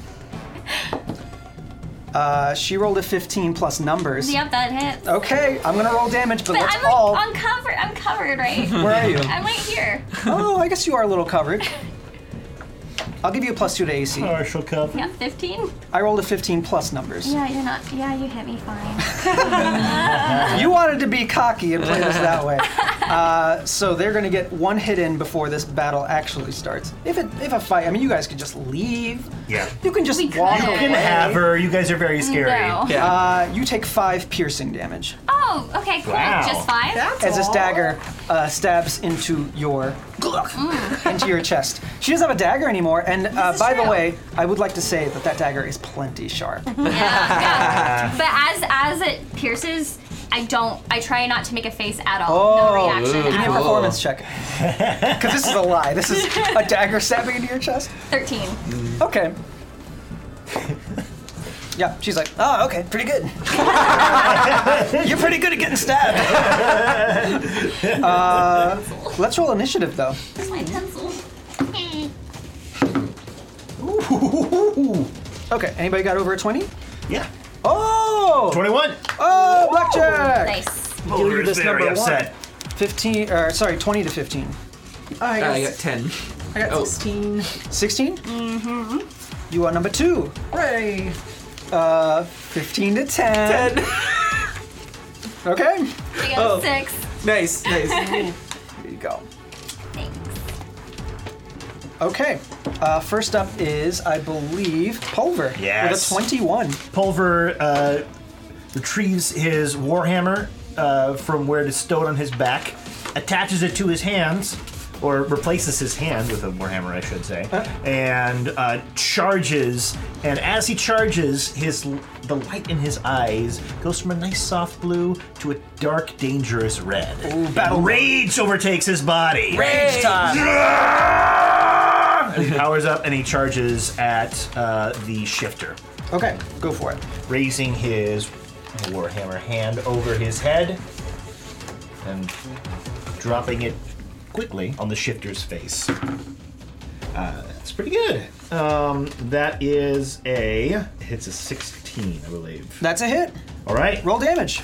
[SPEAKER 2] Uh, she rolled a 15 plus numbers.
[SPEAKER 4] yep, that hits.
[SPEAKER 2] Okay, I'm gonna roll damage, but,
[SPEAKER 4] But
[SPEAKER 2] let's
[SPEAKER 4] I'm like
[SPEAKER 2] Oh, all.
[SPEAKER 4] on cover. I'm covered,
[SPEAKER 2] [LAUGHS]
[SPEAKER 4] right?
[SPEAKER 2] Where are
[SPEAKER 4] [LAUGHS]
[SPEAKER 2] you?
[SPEAKER 4] I'm right here.
[SPEAKER 2] oh, I guess you are a little covered. I'll give you a plus two to AC.
[SPEAKER 1] Partial cup.
[SPEAKER 4] Yeah, 15.
[SPEAKER 2] I rolled a 15 plus numbers.
[SPEAKER 4] Yeah, you're not. Yeah, you hit me fine.
[SPEAKER 2] You wanted to be cocky and play this that
[SPEAKER 4] [LAUGHS]
[SPEAKER 2] way. Uh, so they're gonna get one hit in before this battle actually starts. If it, if a fight, I mean, you guys could just leave.
[SPEAKER 1] Yeah.
[SPEAKER 2] You can just
[SPEAKER 4] We
[SPEAKER 2] walk
[SPEAKER 4] could.
[SPEAKER 1] You can
[SPEAKER 2] away.
[SPEAKER 1] have her. You guys are very scary.
[SPEAKER 4] No.
[SPEAKER 3] Yeah.
[SPEAKER 2] Uh, you take five piercing damage
[SPEAKER 4] Oh, okay, cool.
[SPEAKER 1] Wow.
[SPEAKER 4] Just five.
[SPEAKER 2] as this dagger uh, stabs into your into your chest. She doesn't have a dagger anymore, and uh,
[SPEAKER 4] Mm. is
[SPEAKER 2] by the
[SPEAKER 4] true. Mm-hmm.
[SPEAKER 2] way, I would like to say that that dagger is plenty sharp.
[SPEAKER 4] Yeah,
[SPEAKER 2] [LAUGHS]
[SPEAKER 4] yeah. but as as it pierces, I don't. I try not to make a face at all.
[SPEAKER 2] Oh,
[SPEAKER 4] no reaction.
[SPEAKER 3] ooh,
[SPEAKER 2] Give me a
[SPEAKER 4] at all.
[SPEAKER 3] cool.
[SPEAKER 2] performance check, because this is a lie. This is a dagger stabbing into your chest.
[SPEAKER 4] Thirteen.
[SPEAKER 2] Okay. yeah, she's like, oh, okay, pretty good. [LAUGHS] You're pretty good at getting stabbed. Uh, let's roll initiative, though.
[SPEAKER 4] Where's my pencil?
[SPEAKER 2] Ooh. Okay, anybody got over a 20?
[SPEAKER 1] Yeah.
[SPEAKER 2] Oh!
[SPEAKER 1] 21.
[SPEAKER 2] Oh, blackjack!
[SPEAKER 4] Nice.
[SPEAKER 2] Give you
[SPEAKER 1] Boulder is
[SPEAKER 2] this number
[SPEAKER 1] very upset.
[SPEAKER 2] one. 15, or sorry, 20 to 15.
[SPEAKER 5] I
[SPEAKER 3] I got
[SPEAKER 5] got,
[SPEAKER 3] 10.
[SPEAKER 5] I got
[SPEAKER 3] oh.
[SPEAKER 5] 16.
[SPEAKER 2] 16? Mm-hmm. You are number two.
[SPEAKER 5] Hooray!
[SPEAKER 2] 15 to 10. [LAUGHS] okay,
[SPEAKER 4] I got
[SPEAKER 2] Oh.
[SPEAKER 4] a six.
[SPEAKER 2] [LAUGHS]
[SPEAKER 3] Nice, nice.
[SPEAKER 2] here you go.
[SPEAKER 4] Thanks.
[SPEAKER 2] Okay. Uh, first up is, I believe, Pulver.
[SPEAKER 1] Yes.
[SPEAKER 2] With a 21.
[SPEAKER 1] Pulver uh, retrieves his warhammer uh, from where it is stowed on his back, attaches it to his hands, or replaces his hand with a warhammer, I should say, and uh, charges. And as he charges, his the light in his eyes goes from a nice soft blue to a dark, dangerous red.
[SPEAKER 2] battle-
[SPEAKER 1] rage overtakes his body.
[SPEAKER 3] Rage time.
[SPEAKER 1] And he powers up and he charges at uh, the shifter.
[SPEAKER 2] Okay, go for it.
[SPEAKER 1] raising his warhammer hand over his head and dropping it quickly on the shifter's face. Uh, that's pretty good. Um, that is a hits a 16, I believe.
[SPEAKER 2] That's a hit.
[SPEAKER 1] All right.
[SPEAKER 2] Roll damage.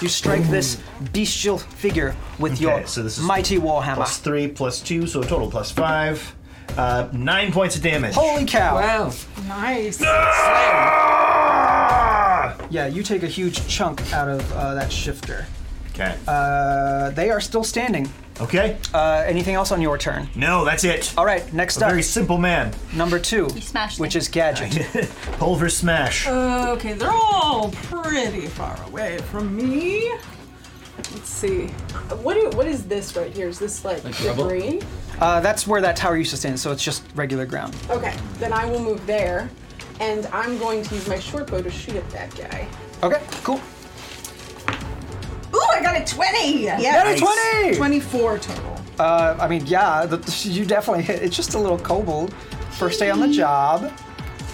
[SPEAKER 2] You strike this bestial figure with your
[SPEAKER 1] Okay, so this is
[SPEAKER 2] mighty warhammer.
[SPEAKER 1] Plus three, plus two, so a total plus five. Uh, nine points of damage.
[SPEAKER 2] Holy cow!
[SPEAKER 3] Wow.
[SPEAKER 5] Nice.
[SPEAKER 1] Ah!
[SPEAKER 2] Yeah, you take a huge chunk out of uh, that shifter.
[SPEAKER 1] Okay.
[SPEAKER 2] Uh, they are still standing.
[SPEAKER 1] okay.
[SPEAKER 2] Uh, anything else on your turn?
[SPEAKER 1] no, that's it.
[SPEAKER 2] All right, next
[SPEAKER 1] Mm. a
[SPEAKER 2] up,
[SPEAKER 1] very simple man.
[SPEAKER 2] number two,
[SPEAKER 4] smashed
[SPEAKER 2] which
[SPEAKER 4] it.
[SPEAKER 2] is gadget.
[SPEAKER 1] [LAUGHS] Pulver smash.
[SPEAKER 5] Okay, they're all pretty far away from me. Let's see.
[SPEAKER 7] What do, what is this right here? Is this like,
[SPEAKER 8] Like
[SPEAKER 7] the
[SPEAKER 8] rubble?
[SPEAKER 7] green?
[SPEAKER 2] Uh, that's where that tower used to stand, so it's just regular ground.
[SPEAKER 7] Okay, then I will move there, and I'm going to use my short bow to shoot at that guy.
[SPEAKER 2] Okay, cool.
[SPEAKER 6] Ooh, I got a 20!
[SPEAKER 2] Got
[SPEAKER 6] Yeah.
[SPEAKER 2] a twenty.
[SPEAKER 5] 24 total.
[SPEAKER 2] Uh, I mean, yeah, the, [LAUGHS] you definitely hit. It's just a little kobold. First day on the job.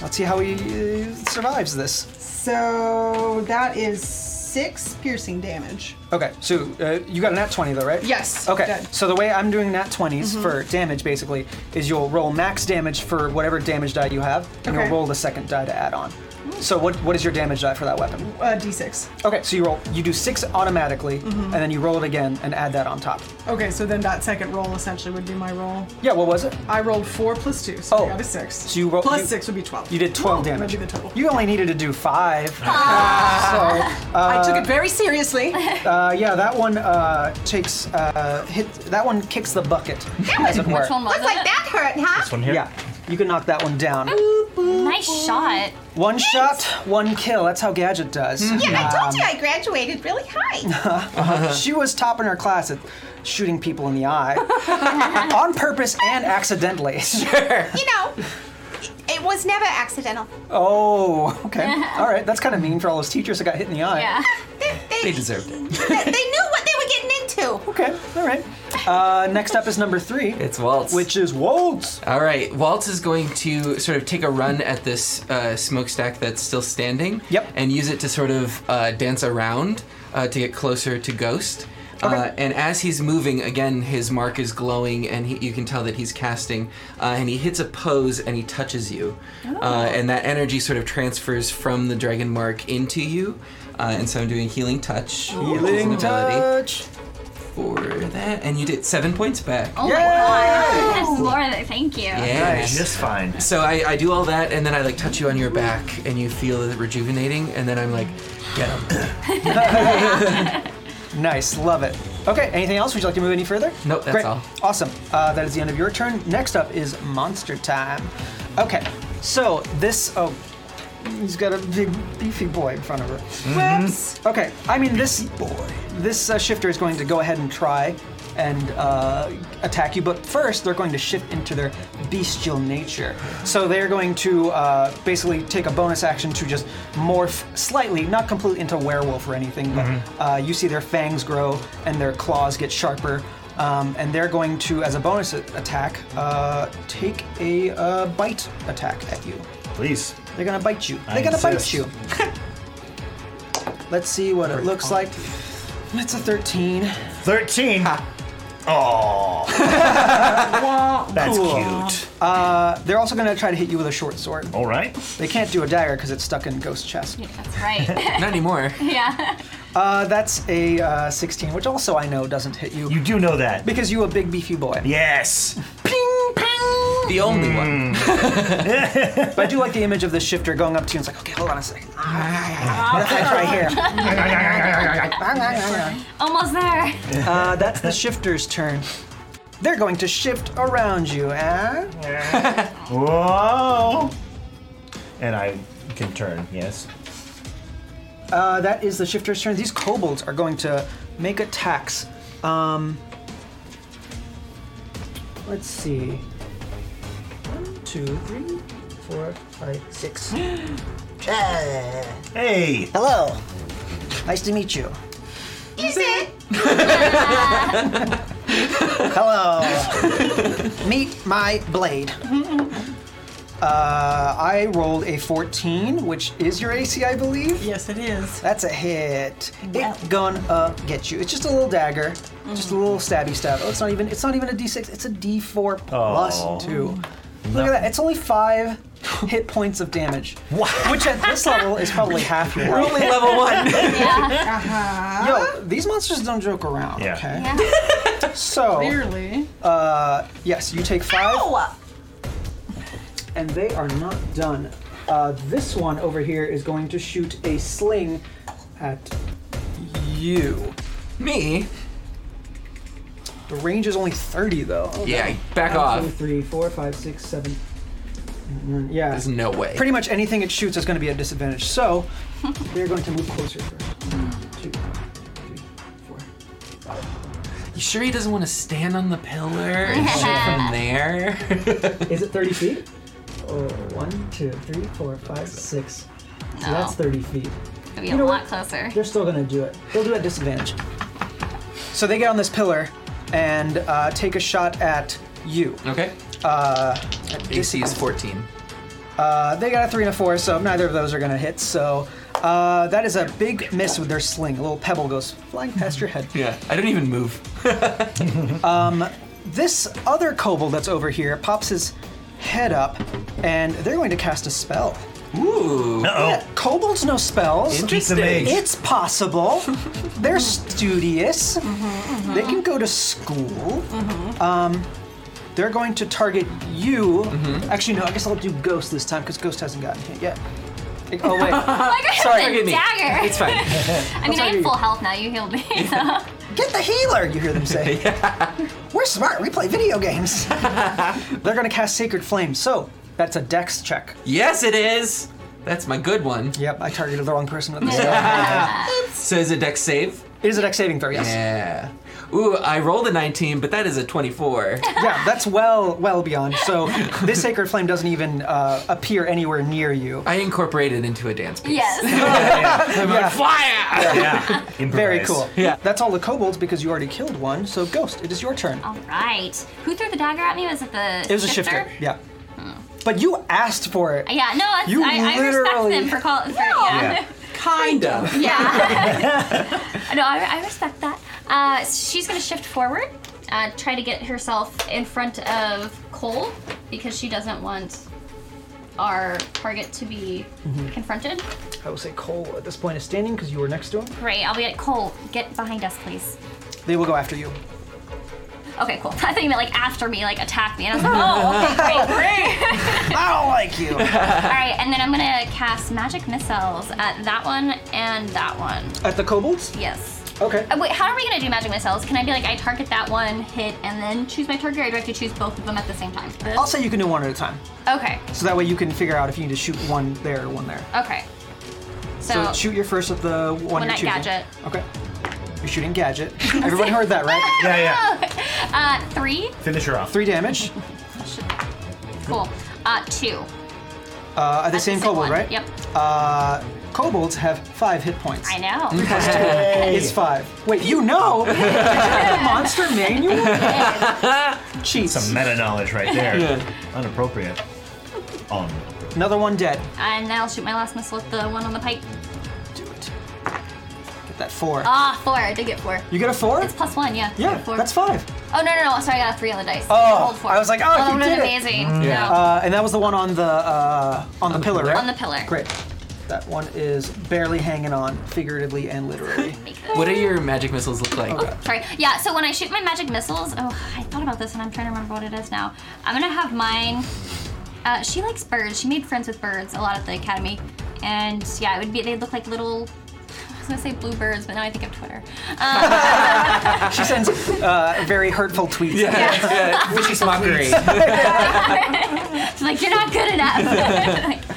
[SPEAKER 2] Let's see how he uh, survives this.
[SPEAKER 5] So.
[SPEAKER 6] So that is six piercing damage.
[SPEAKER 2] Okay, so uh, you got a nat 20 though, right?
[SPEAKER 5] Yes, Mm-hmm.
[SPEAKER 2] Okay,
[SPEAKER 5] dead.
[SPEAKER 2] so the way I'm doing nat 20s for damage basically is you'll roll max damage for whatever damage die you have, and
[SPEAKER 5] Okay.
[SPEAKER 2] you'll roll the second die to add on. So what, what is your damage die for that weapon?
[SPEAKER 5] Uh, D6.
[SPEAKER 2] Okay, so you roll, you do six automatically,
[SPEAKER 5] Mm-hmm.
[SPEAKER 2] and then you roll it again and add that on top.
[SPEAKER 5] Okay, so then that second roll essentially would be my roll.
[SPEAKER 2] Yeah, what was it?
[SPEAKER 5] I rolled four plus two, so
[SPEAKER 2] Oh,
[SPEAKER 5] I got a six.
[SPEAKER 2] so you roll-
[SPEAKER 5] Plus
[SPEAKER 2] you-
[SPEAKER 5] six would be 12.
[SPEAKER 2] You did 12
[SPEAKER 5] That'd
[SPEAKER 2] damage.
[SPEAKER 5] be the total. Ah.
[SPEAKER 2] You only needed to do five.
[SPEAKER 5] [LAUGHS]
[SPEAKER 2] So
[SPEAKER 5] I took it
[SPEAKER 2] [LAUGHS]
[SPEAKER 5] very seriously.
[SPEAKER 2] uh, yeah, that one uh, takes uh, hit. That one kicks the bucket, as it were.
[SPEAKER 4] Which one was
[SPEAKER 6] Looks like
[SPEAKER 4] it?
[SPEAKER 6] that hurt, huh?
[SPEAKER 1] This one here.
[SPEAKER 2] Yeah, you can knock that one down.
[SPEAKER 4] Nice shot.
[SPEAKER 2] One shot, one kill. That's how Gadget does.
[SPEAKER 6] Yeah, I told you I graduated really high.
[SPEAKER 2] She was top in her class at shooting people in the eye on purpose and accidentally. [LAUGHS]
[SPEAKER 6] you know, it- it was never accidental.
[SPEAKER 2] oh, okay. All right, that's kind of mean for all those teachers that got hit in the eye.
[SPEAKER 4] Yeah.
[SPEAKER 6] They, they,
[SPEAKER 3] They deserved it.
[SPEAKER 6] they, they knew what they were getting into.
[SPEAKER 2] Okay, all right. Uh, next up is number three,
[SPEAKER 3] It's Waltz.
[SPEAKER 2] which is Wolves.
[SPEAKER 3] All right, Waltz is going to sort of take a run at this uh, smokestack that's still standing.
[SPEAKER 2] Yep.
[SPEAKER 3] And use it to sort of uh, dance around uh, to get closer to Ghost. Uh, and as he's moving, again, his mark is glowing, and he, you can tell that he's casting. Uh, and he hits a pose, and he touches you,
[SPEAKER 2] Oh.
[SPEAKER 3] uh, and that energy sort of transfers from the dragon mark into you. Uh, and so I'm doing healing touch. which is an
[SPEAKER 2] Healing
[SPEAKER 3] ability
[SPEAKER 2] touch.
[SPEAKER 3] for that, and you did seven points back.
[SPEAKER 4] Oh
[SPEAKER 2] Yay!
[SPEAKER 4] my god. That's more than thank you.
[SPEAKER 3] Yeah.
[SPEAKER 1] Just fine.
[SPEAKER 3] So I, I do all that, and then I like touch you on your back, and you feel it rejuvenating, and then I'm like, get him.
[SPEAKER 2] Nice, love it. Okay, anything else? Would you like to move any further?
[SPEAKER 3] Nope, that's
[SPEAKER 2] Great.
[SPEAKER 3] all.
[SPEAKER 2] Awesome. Uh, that is the end of your turn. Next up is monster time. Okay, so this. Oh, he's got a big, beefy boy in front of her.
[SPEAKER 5] Whoops.
[SPEAKER 2] Okay, I mean this boy. This uh, shifter is going to go ahead and try and uh, attack you, but first they're going to shift into their bestial nature. So they're going to uh, basically take a bonus action to just morph slightly, not completely into werewolf or anything, but uh, you see their fangs grow and their claws get sharper. Um, and they're going to, as a bonus a- attack, uh, take a uh, bite attack at you.
[SPEAKER 1] Please.
[SPEAKER 2] They're gonna bite you.
[SPEAKER 1] I
[SPEAKER 2] They're gonna
[SPEAKER 1] insist.
[SPEAKER 2] bite you. [LAUGHS] Let's see what it looks like. That's a 13.
[SPEAKER 1] 13. Oh.
[SPEAKER 2] [LAUGHS]
[SPEAKER 1] That's cute.
[SPEAKER 2] They're also gonna try to hit you with a short sword.
[SPEAKER 1] All right.
[SPEAKER 2] They can't do a dagger because it's stuck in ghost chest.
[SPEAKER 4] That's right.
[SPEAKER 2] [LAUGHS]
[SPEAKER 3] Not anymore.
[SPEAKER 4] yeah.
[SPEAKER 2] Uh, that's a uh, 16, which also I know doesn't hit you,
[SPEAKER 1] You do know that.
[SPEAKER 2] because you a big beefy boy.
[SPEAKER 1] Yes.
[SPEAKER 2] Ping, ping.
[SPEAKER 3] The only one.
[SPEAKER 2] But I do like the image of the shifter going up to you and it's like, okay, hold on a second. what if I try here?
[SPEAKER 4] Almost there.
[SPEAKER 2] Uh, that's the shifter's turn. They're going to shift around you, eh?
[SPEAKER 1] Whoa. And I can turn, yes.
[SPEAKER 2] Uh, that is the shifter's turn. These kobolds are going to make attacks. Um, let's see. One, two, three, four, five, six. [GASPS] Ah,
[SPEAKER 1] Hey.
[SPEAKER 2] hello. Nice to meet you.
[SPEAKER 6] Is it?
[SPEAKER 2] Hello. meet my blade. Uh, I rolled a 14, which is your AC, I believe.
[SPEAKER 5] Yes, it is.
[SPEAKER 2] That's a hit.
[SPEAKER 5] Wow.
[SPEAKER 2] It gonna get you. It's just a little dagger, just a little stabby stab. Oh, it's not even. It's not even a D6. It's a D4 plus
[SPEAKER 1] Oh.
[SPEAKER 2] two. Look at that. It's only five hit points of damage.
[SPEAKER 1] Wow.
[SPEAKER 2] Which at this level is
[SPEAKER 1] [LAUGHS]
[SPEAKER 2] probably half your health.
[SPEAKER 3] Only level one. [LAUGHS]
[SPEAKER 2] Yo, these monsters don't joke around.
[SPEAKER 1] Yeah.
[SPEAKER 2] Okay.
[SPEAKER 4] Yeah.
[SPEAKER 2] So uh,
[SPEAKER 5] Clearly.
[SPEAKER 2] yes, you take five. and they are not done. Uh, this one over here is going to shoot a sling at you.
[SPEAKER 3] Me?
[SPEAKER 2] The range is only 30 though.
[SPEAKER 3] Yeah, back
[SPEAKER 2] Oh, One, two,
[SPEAKER 3] off.
[SPEAKER 2] three, four, five, six, seven. Mm, Yeah.
[SPEAKER 3] There's no way.
[SPEAKER 2] Pretty much anything it shoots is going to be at disadvantage. So [LAUGHS] they're going to move closer first. One, two, three, four.
[SPEAKER 3] You sure he doesn't want to stand on the pillar
[SPEAKER 2] [LAUGHS]
[SPEAKER 3] and shoot from there? [LAUGHS]
[SPEAKER 2] Is it 30 [LAUGHS] feet? Oh, one, two, three, four, five, six. So
[SPEAKER 4] No.
[SPEAKER 2] that's 30 feet.
[SPEAKER 4] It'd be
[SPEAKER 2] You know
[SPEAKER 4] a lot
[SPEAKER 2] what? [LAUGHS]
[SPEAKER 4] closer.
[SPEAKER 2] They're still gonna do it. They'll do it at disadvantage. So they get on this pillar and uh, take a shot at you.
[SPEAKER 3] Okay.
[SPEAKER 2] Uh, at
[SPEAKER 3] AC is 14.
[SPEAKER 2] Uh, they got a three and a four, so neither of those are gonna hit. So uh, that is a big miss with their sling. A little pebble goes flying past your head.
[SPEAKER 3] Yeah. I don't even move.
[SPEAKER 2] This other kobold that's over here pops his head up, and they're going to cast a spell.
[SPEAKER 1] Oh.
[SPEAKER 3] Ooh.
[SPEAKER 2] Yeah, [LAUGHS] kobolds know spells.
[SPEAKER 1] It's the mage.
[SPEAKER 2] It's possible. They're studious. They can go to school. Um, they're going to target you. Actually, no, I guess I'll do Ghost this time because Ghost hasn't gotten hit yet. Oh, wait.
[SPEAKER 4] Like I have
[SPEAKER 2] Sorry,
[SPEAKER 4] the
[SPEAKER 2] forgive
[SPEAKER 3] me.
[SPEAKER 4] dagger.
[SPEAKER 3] It's fine. [LAUGHS]
[SPEAKER 4] I mean, I
[SPEAKER 2] sorry.
[SPEAKER 4] am full health now. You
[SPEAKER 2] [LAUGHS]
[SPEAKER 4] healed me. [LAUGHS] so.
[SPEAKER 2] Get the healer, you hear them [LAUGHS] say. We're smart. We play video [LAUGHS] games. they're going to cast Sacred Flame. So that's a dex check.
[SPEAKER 3] yes, it is. That's my good one.
[SPEAKER 2] Yep, I targeted the wrong person with this.
[SPEAKER 3] So is it dex save?
[SPEAKER 2] It is a dex saving throw, yes.
[SPEAKER 3] Yeah. Ooh, I rolled a 19, but that is a 24.
[SPEAKER 2] yeah, that's well well beyond. So this sacred flame doesn't even uh, appear anywhere near you.
[SPEAKER 3] I incorporated into a dance piece.
[SPEAKER 4] yes.
[SPEAKER 2] [LAUGHS]
[SPEAKER 3] Fire!
[SPEAKER 1] Yeah.
[SPEAKER 2] Very
[SPEAKER 1] Improvise.
[SPEAKER 2] cool.
[SPEAKER 3] Yeah.
[SPEAKER 2] That's all the kobolds because you already killed one. So ghost, it is your turn.
[SPEAKER 4] All right. Who threw the dagger at me? Was it the?
[SPEAKER 2] It was a shifter. Yeah. But you asked for it.
[SPEAKER 4] Yeah. No, it's,
[SPEAKER 2] You
[SPEAKER 4] I, I respect
[SPEAKER 2] literally-
[SPEAKER 4] them for calling. For,
[SPEAKER 1] Yeah.
[SPEAKER 4] yeah.
[SPEAKER 3] Kind of.
[SPEAKER 4] Yeah. [LAUGHS] no, I, I respect that. Uh, she's gonna shift forward, uh, try to get herself in front of Cole because she doesn't want our target to be
[SPEAKER 2] Mm-hmm.
[SPEAKER 4] confronted.
[SPEAKER 2] I will say Cole at this point is standing because you were next to him.
[SPEAKER 4] Great. I'll be at Cole. Get behind us, please.
[SPEAKER 2] They will go after [LAUGHS] you.
[SPEAKER 4] Okay, cool. [LAUGHS] I think you meant like after me, like attack me, and I was like,
[SPEAKER 2] [LAUGHS]
[SPEAKER 4] oh, okay, great, great. [LAUGHS]
[SPEAKER 2] I don't like [LAUGHS] you.
[SPEAKER 4] All right, and then I'm gonna cast magic missiles at that one and that one.
[SPEAKER 2] At the kobolds?
[SPEAKER 4] Yes.
[SPEAKER 2] Okay.
[SPEAKER 4] Uh, Wait, how are we gonna do magic missiles? Can I be like, I target that one, hit, and then choose my target, or do I have to choose both of them at the same time?
[SPEAKER 2] I'll say you can do one at a time.
[SPEAKER 4] Okay,
[SPEAKER 2] So that way you can figure out if you need to shoot one there or one there.
[SPEAKER 4] okay. So,
[SPEAKER 2] So shoot your first at the one
[SPEAKER 4] One
[SPEAKER 2] you're
[SPEAKER 4] at
[SPEAKER 2] choosing.
[SPEAKER 4] gadget.
[SPEAKER 2] Okay. You're shooting gadget. [LAUGHS] Everyone heard that, right?
[SPEAKER 1] Yeah, yeah.
[SPEAKER 4] uh, three?
[SPEAKER 1] Finish her off.
[SPEAKER 2] Three damage.
[SPEAKER 4] Cool. Uh, two.
[SPEAKER 2] Uh, are they
[SPEAKER 4] That's the
[SPEAKER 2] same
[SPEAKER 4] same
[SPEAKER 2] kobold,
[SPEAKER 4] one.
[SPEAKER 2] right?
[SPEAKER 4] Yep.
[SPEAKER 2] Uh, kobolds have five hit points. [LAUGHS]
[SPEAKER 4] I know.
[SPEAKER 2] It's five. Wait, you know? [LAUGHS] Did you read the monster
[SPEAKER 4] [LAUGHS]
[SPEAKER 2] manual?
[SPEAKER 1] Some
[SPEAKER 2] Cheats.
[SPEAKER 1] meta knowledge right there. Unappropriate. Um, Unappropriate.
[SPEAKER 2] Another one dead.
[SPEAKER 4] and then I'll shoot my last missile at the one on the pike.
[SPEAKER 2] Do it. Get that four.
[SPEAKER 4] Ah, four. I did get four.
[SPEAKER 2] you get a four?
[SPEAKER 4] It's plus one, yeah.
[SPEAKER 2] yeah,
[SPEAKER 4] four.
[SPEAKER 2] that's five.
[SPEAKER 4] Oh no no no! Sorry, I got a three on the dice.
[SPEAKER 2] Oh,
[SPEAKER 4] Rolled four.
[SPEAKER 2] I was like, oh,
[SPEAKER 4] that
[SPEAKER 2] you
[SPEAKER 4] would have
[SPEAKER 2] did
[SPEAKER 4] been
[SPEAKER 2] it.
[SPEAKER 4] amazing.
[SPEAKER 3] Mm. Yeah.
[SPEAKER 4] No.
[SPEAKER 2] Uh, and that was the one on the uh, on, the pillar, right?
[SPEAKER 4] on the pillar.
[SPEAKER 2] Great. That one is barely hanging on, figuratively and literally.
[SPEAKER 4] Make this-
[SPEAKER 3] What do your magic missiles look like?
[SPEAKER 4] Sorry. Yeah. So when I shoot my magic missiles, oh, I thought about this and I'm trying to remember what it is now. I'm gonna have mine. Uh, she likes birds. She made friends with birds a lot at the academy, and yeah, it would be. They look like little. [LAUGHS] I was gonna say bluebirds, but now I think of Twitter. [LAUGHS] Um,
[SPEAKER 2] she sends uh, very hurtful tweets.
[SPEAKER 3] Yeah. [LAUGHS] yeah. Vicious mockery.
[SPEAKER 4] it's like you're not good enough. [LAUGHS]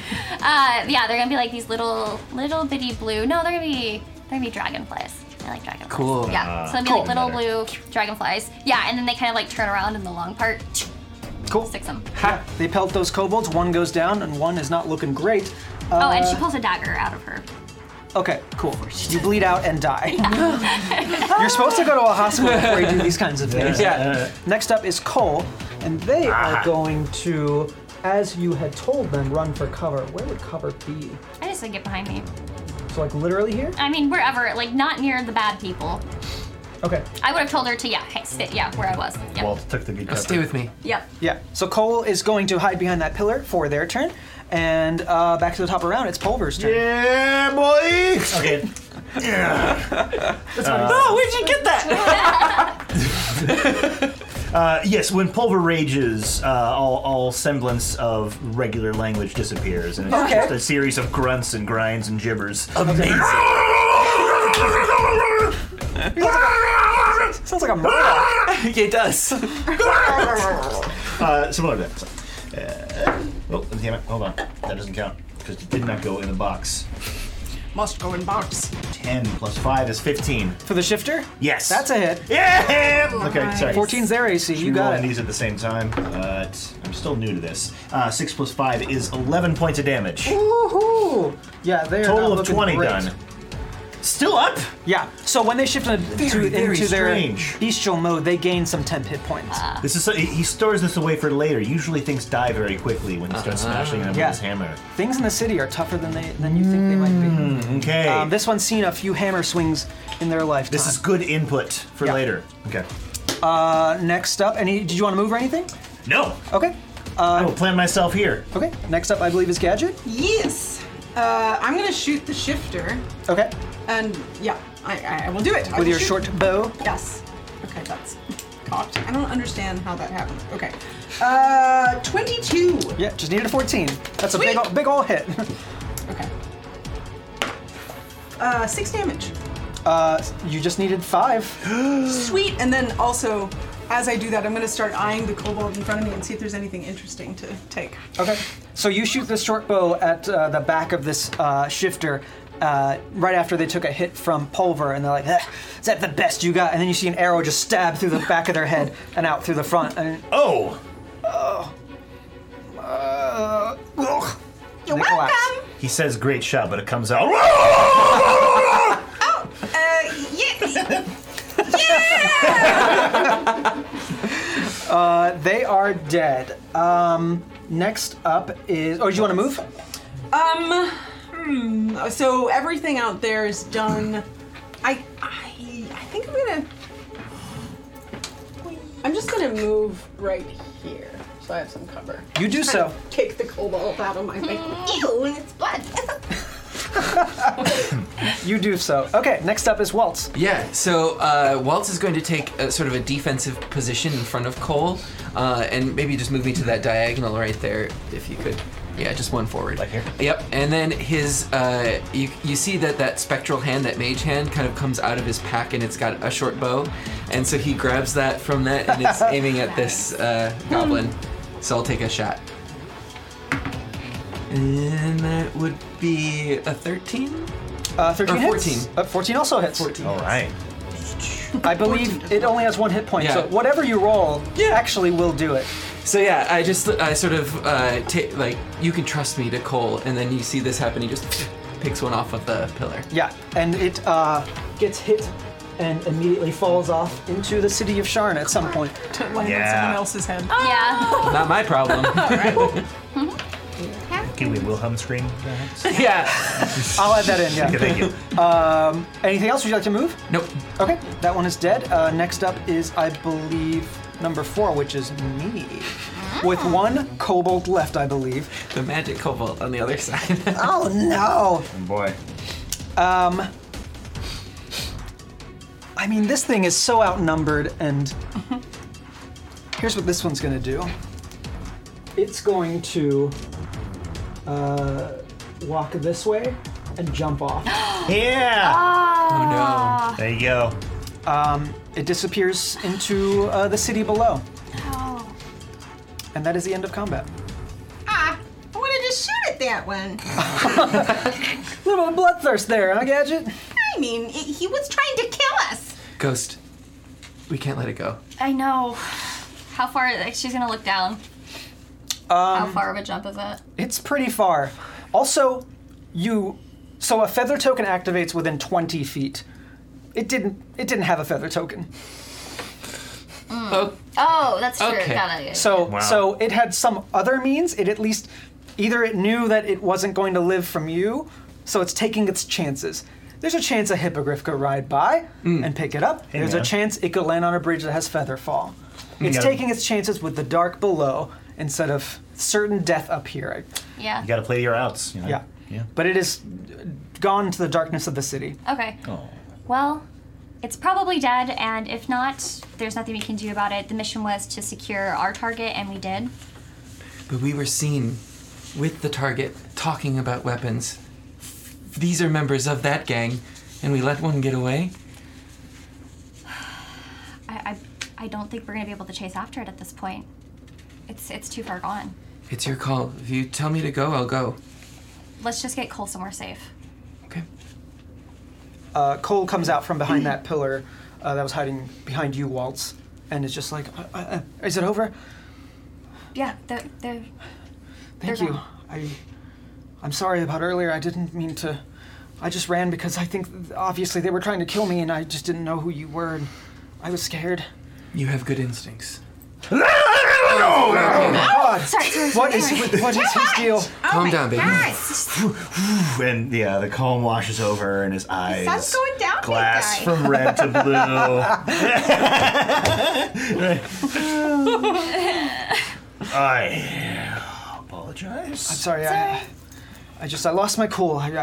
[SPEAKER 4] Like, uh, yeah, they're gonna be like these little, little bitty blue. No, they're gonna be, they're gonna be dragonflies. I like dragonflies.
[SPEAKER 3] Cool.
[SPEAKER 4] Yeah. So they'll be like little blue dragonflies. Yeah, and then they kind of like turn around in the long part,
[SPEAKER 2] Cool.
[SPEAKER 4] sticks them.
[SPEAKER 2] Ha! They pelt those kobolds. One goes down, and one is not looking great.
[SPEAKER 4] oh, and she pulls a dagger out of her.
[SPEAKER 2] Okay, cool. You bleed out and die. [LAUGHS] You're supposed to go to a hospital before you do these kinds of things.
[SPEAKER 3] Yeah.
[SPEAKER 2] Next up is Cole, and they are going to as you had told them, run for cover. Where would cover be?
[SPEAKER 4] I just said get behind me.
[SPEAKER 2] So, like, literally here?
[SPEAKER 4] I mean, wherever, like not near the bad people.
[SPEAKER 2] Okay.
[SPEAKER 4] I would have told her to yeah, hey, sit yeah where I was. Yep.
[SPEAKER 1] Walt took the good cover.
[SPEAKER 3] Stay with me.
[SPEAKER 4] yep.
[SPEAKER 2] Yeah. So Cole is going to hide behind that pillar for their turn, and uh, back to the top of the round. It's Pulver's turn.
[SPEAKER 1] Yeah, boy. [LAUGHS] Uh, Okay.
[SPEAKER 2] Oh, where'd you get that?
[SPEAKER 1] [LAUGHS] Uh, yes, when Pulver rages, uh, all, all semblance of regular language disappears, and it's
[SPEAKER 2] Okay.
[SPEAKER 1] just a series of grunts and grinds and gibbers. [LAUGHS]
[SPEAKER 2] Sounds like a murder.
[SPEAKER 3] it does.
[SPEAKER 1] Uh, similar to that. Uh, oh, damn it. Hold on. That doesn't count because it did not go in the box.
[SPEAKER 5] Must go in box.
[SPEAKER 1] 10 plus 5 is 15.
[SPEAKER 2] For the shifter?
[SPEAKER 1] Yes.
[SPEAKER 2] That's a hit.
[SPEAKER 1] Yeah! Okay, sorry.
[SPEAKER 2] 14's their AC. You
[SPEAKER 1] I'm
[SPEAKER 2] got
[SPEAKER 1] rolling
[SPEAKER 2] it.
[SPEAKER 1] these at the same time, but I'm still new to this. Uh, 6 plus 5 is 11 points of damage.
[SPEAKER 2] Woohoo! Yeah, they are
[SPEAKER 1] Total
[SPEAKER 2] not
[SPEAKER 1] of
[SPEAKER 2] looking
[SPEAKER 1] 20
[SPEAKER 2] great.
[SPEAKER 1] done. Still up?
[SPEAKER 2] Yeah. So when they shift into,
[SPEAKER 1] Very, very
[SPEAKER 2] into their
[SPEAKER 1] strange.
[SPEAKER 2] bestial mode, they gain some temp hit points.
[SPEAKER 1] This is so, he he stores this away for later. Usually things die very quickly when he starts
[SPEAKER 5] Uh-huh.
[SPEAKER 1] smashing them
[SPEAKER 2] Yeah.
[SPEAKER 1] with his hammer.
[SPEAKER 2] Things in the city are tougher than they than you think they might be.
[SPEAKER 1] Okay.
[SPEAKER 2] Um, this one's seen a few hammer swings in their lifetime.
[SPEAKER 1] this is good input for
[SPEAKER 2] Yeah.
[SPEAKER 1] later. Okay.
[SPEAKER 2] uh, next up. Any? Did you want to move or anything?
[SPEAKER 1] No.
[SPEAKER 2] Okay.
[SPEAKER 1] I will plant myself here.
[SPEAKER 2] Okay. Next up, I believe is Gadget.
[SPEAKER 5] Yes.
[SPEAKER 6] Uh, I'm gonna shoot the shifter,
[SPEAKER 2] Okay.
[SPEAKER 5] And yeah, I, I- I will do it. I
[SPEAKER 2] With
[SPEAKER 5] will
[SPEAKER 2] your
[SPEAKER 5] shoot.
[SPEAKER 2] short bow.
[SPEAKER 5] Yes. Okay, that's cocked. I don't understand how that happens. Okay. Uh, 22.
[SPEAKER 2] Yeah, just needed a 14. That's a big,
[SPEAKER 5] Sweet.
[SPEAKER 2] ol- big ol' hit. [LAUGHS]
[SPEAKER 5] Okay. Uh, six damage.
[SPEAKER 2] Uh, you just needed five.
[SPEAKER 5] Sweet. And then also, as I do that, I'm gonna start eyeing the kobold in front of me and see if there's anything interesting to take.
[SPEAKER 2] Okay. So you shoot this short bow at uh, the back of this uh, shifter uh, right after they took a hit from Pulver, and they're like, "Eh, "Is that the best you got?" And then you see an arrow just stab through the back of their head [LAUGHS] and out through the front. And
[SPEAKER 1] Oh!
[SPEAKER 2] uh, ugh,
[SPEAKER 6] You're
[SPEAKER 2] They collapse.
[SPEAKER 6] welcome.
[SPEAKER 1] He says great shot, but it comes out.
[SPEAKER 6] Uh, yeah.
[SPEAKER 2] they are dead. Um, next up is. Oh, do you want to move?
[SPEAKER 5] Um, hmm, so everything out there is done. I, I, I think I'm gonna.
[SPEAKER 7] I'm just gonna move right here so I have some cover.
[SPEAKER 2] You do
[SPEAKER 5] [LAUGHS]
[SPEAKER 2] so.
[SPEAKER 7] Kick the cobalt out of my
[SPEAKER 4] Mm.
[SPEAKER 7] face.
[SPEAKER 6] Ew, and it's blood. [LAUGHS]
[SPEAKER 2] You do so. Okay. Next up is Waltz.
[SPEAKER 3] Yeah, so uh, Waltz is going to take a, sort of a defensive position in front of Cole, uh, and maybe just move me to that diagonal right there, if you could. Yeah, just one forward.
[SPEAKER 1] Like here?
[SPEAKER 3] Yep. And then his, uh, you you see that that spectral hand, that mage hand, kind of comes out of his pack, and it's got a short bow, and so he grabs that from that and is aiming at this uh, goblin. So I'll take a shot. And that would be a 13?
[SPEAKER 2] Uh, 13
[SPEAKER 3] Or
[SPEAKER 2] hits.
[SPEAKER 3] 14.
[SPEAKER 2] Uh, 14 also hits.
[SPEAKER 3] 14.
[SPEAKER 1] All right.
[SPEAKER 2] I believe it only has one hit point, so
[SPEAKER 3] Yeah.
[SPEAKER 2] whatever you roll actually will do it.
[SPEAKER 3] So yeah, I just I sort of uh, ta- like you can trust me to Cole, and then you see this happen. He just [LAUGHS] picks one off of the pillar.
[SPEAKER 2] Yeah, and it uh, gets hit and immediately falls off into the city of Sharn at some point.
[SPEAKER 5] Don't land on
[SPEAKER 1] Yeah.
[SPEAKER 5] someone else's head.
[SPEAKER 4] Yeah.
[SPEAKER 3] Not my problem.
[SPEAKER 1] Can we Wilhelm scream? Okay,
[SPEAKER 3] yeah.
[SPEAKER 2] I'll add that in, yeah.
[SPEAKER 1] [LAUGHS] thank you.
[SPEAKER 2] Anything else would you like to move?
[SPEAKER 3] Nope.
[SPEAKER 2] Okay, that one is dead. Uh, next up is, I believe, number four, which is me. With one kobold left, I believe.
[SPEAKER 3] The magic cobalt on the other side. [LAUGHS]
[SPEAKER 2] Oh no!
[SPEAKER 1] Boy.
[SPEAKER 2] I mean, this thing is so outnumbered, and here's what this one's gonna do. It's going to uh, walk this way and jump off. [GASPS]
[SPEAKER 1] Yeah!
[SPEAKER 3] oh
[SPEAKER 6] Ah.
[SPEAKER 3] no.
[SPEAKER 1] There you go.
[SPEAKER 2] It disappears into uh, the city below,
[SPEAKER 4] Oh.
[SPEAKER 2] and that is the end of combat.
[SPEAKER 6] ah, I wanted to shoot at that one.
[SPEAKER 2] A little bit of bloodthirst there, huh, Gadget?
[SPEAKER 6] I mean, it, he was trying to kill us.
[SPEAKER 3] Ghost. We can't let it go.
[SPEAKER 4] I know. How far? Like, she's gonna look down. How far of a jump is it?
[SPEAKER 2] It's pretty far. Also, you. So a feather token activates within 20 feet. It didn't. It didn't have a feather token.
[SPEAKER 3] Oh,
[SPEAKER 4] Oh, that's true.
[SPEAKER 3] Okay.
[SPEAKER 4] Got it.
[SPEAKER 2] So
[SPEAKER 1] Wow.
[SPEAKER 2] so it had some other means. It at least either it knew that it wasn't going to live from you, so it's taking its chances. There's a chance a hippogriff could ride by and pick it up. There's
[SPEAKER 1] Hmm. man.
[SPEAKER 2] a chance it could land on a bridge that has feather fall. It's
[SPEAKER 1] Yeah.
[SPEAKER 2] taking its chances with the dark below instead of certain death up here.
[SPEAKER 4] yeah.
[SPEAKER 1] You got to play your outs. You know?
[SPEAKER 2] Yeah.
[SPEAKER 1] Yeah.
[SPEAKER 2] But it is gone into the darkness of the city.
[SPEAKER 4] Okay. Well, it's probably dead, and if not, there's nothing we can do about it. The mission was to secure our target, and we did.
[SPEAKER 3] But we were seen with the target talking about weapons. These are members of that gang, and we let one get away.
[SPEAKER 4] I, I, I don't think we're gonna be able to chase after it at this point. It's it's too far gone.
[SPEAKER 3] It's your call. If you tell me to go, I'll go.
[SPEAKER 4] Let's just get Cole somewhere safe.
[SPEAKER 3] Okay.
[SPEAKER 2] uh, Cole comes out from
[SPEAKER 1] Hmm.
[SPEAKER 2] behind that pillar uh, that was hiding behind you, Waltz, and is just like, uh, uh, uh, "Is it over?
[SPEAKER 4] Yeah, they're, they're,
[SPEAKER 2] Thank
[SPEAKER 4] They're
[SPEAKER 2] you.
[SPEAKER 4] gone.
[SPEAKER 2] I, I'm sorry about earlier. I didn't mean to. I just ran because I think obviously they were trying to kill me, and I just didn't know who you were, and I was scared.
[SPEAKER 3] You have good instincts.
[SPEAKER 2] God,
[SPEAKER 4] sorry, sorry,
[SPEAKER 2] what is
[SPEAKER 4] sorry.
[SPEAKER 2] what is his deal?
[SPEAKER 3] Calm down, baby.
[SPEAKER 1] [LAUGHS] And yeah, the calm washes over her and his eyes.
[SPEAKER 6] sun's going down, big
[SPEAKER 1] Glass
[SPEAKER 6] guy.
[SPEAKER 1] from red
[SPEAKER 6] [LAUGHS]
[SPEAKER 1] to blue. [LAUGHS] I apologize.
[SPEAKER 2] Sorry, I, I just I lost my cool. I I, I,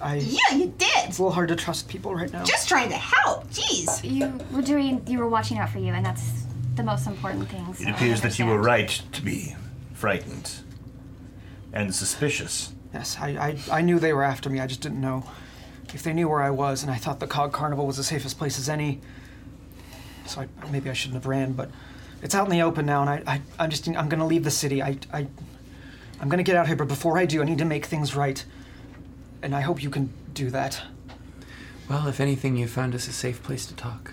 [SPEAKER 2] I it's
[SPEAKER 6] Yeah, you did.
[SPEAKER 2] a little hard to trust people right now.
[SPEAKER 6] Just trying to help. Jeez.
[SPEAKER 4] you were doing, you were watching out for you, and that's the most important thing. so
[SPEAKER 1] It
[SPEAKER 4] I
[SPEAKER 1] appears that you were
[SPEAKER 4] understand.
[SPEAKER 1] right to be frightened and suspicious.
[SPEAKER 2] Yes, I, I, I knew they were after me. I just didn't know if they knew where I was, and I thought the Cog Carnival was the safest place as any. So I, maybe I shouldn't have ran, but it's out in the open now, and I, I I'm just I'm gonna leave the city. I, I I'm gonna get out here, but before I do, I need to make things right, and I hope you can do that.
[SPEAKER 3] Well, if anything, you found us a safe place to talk.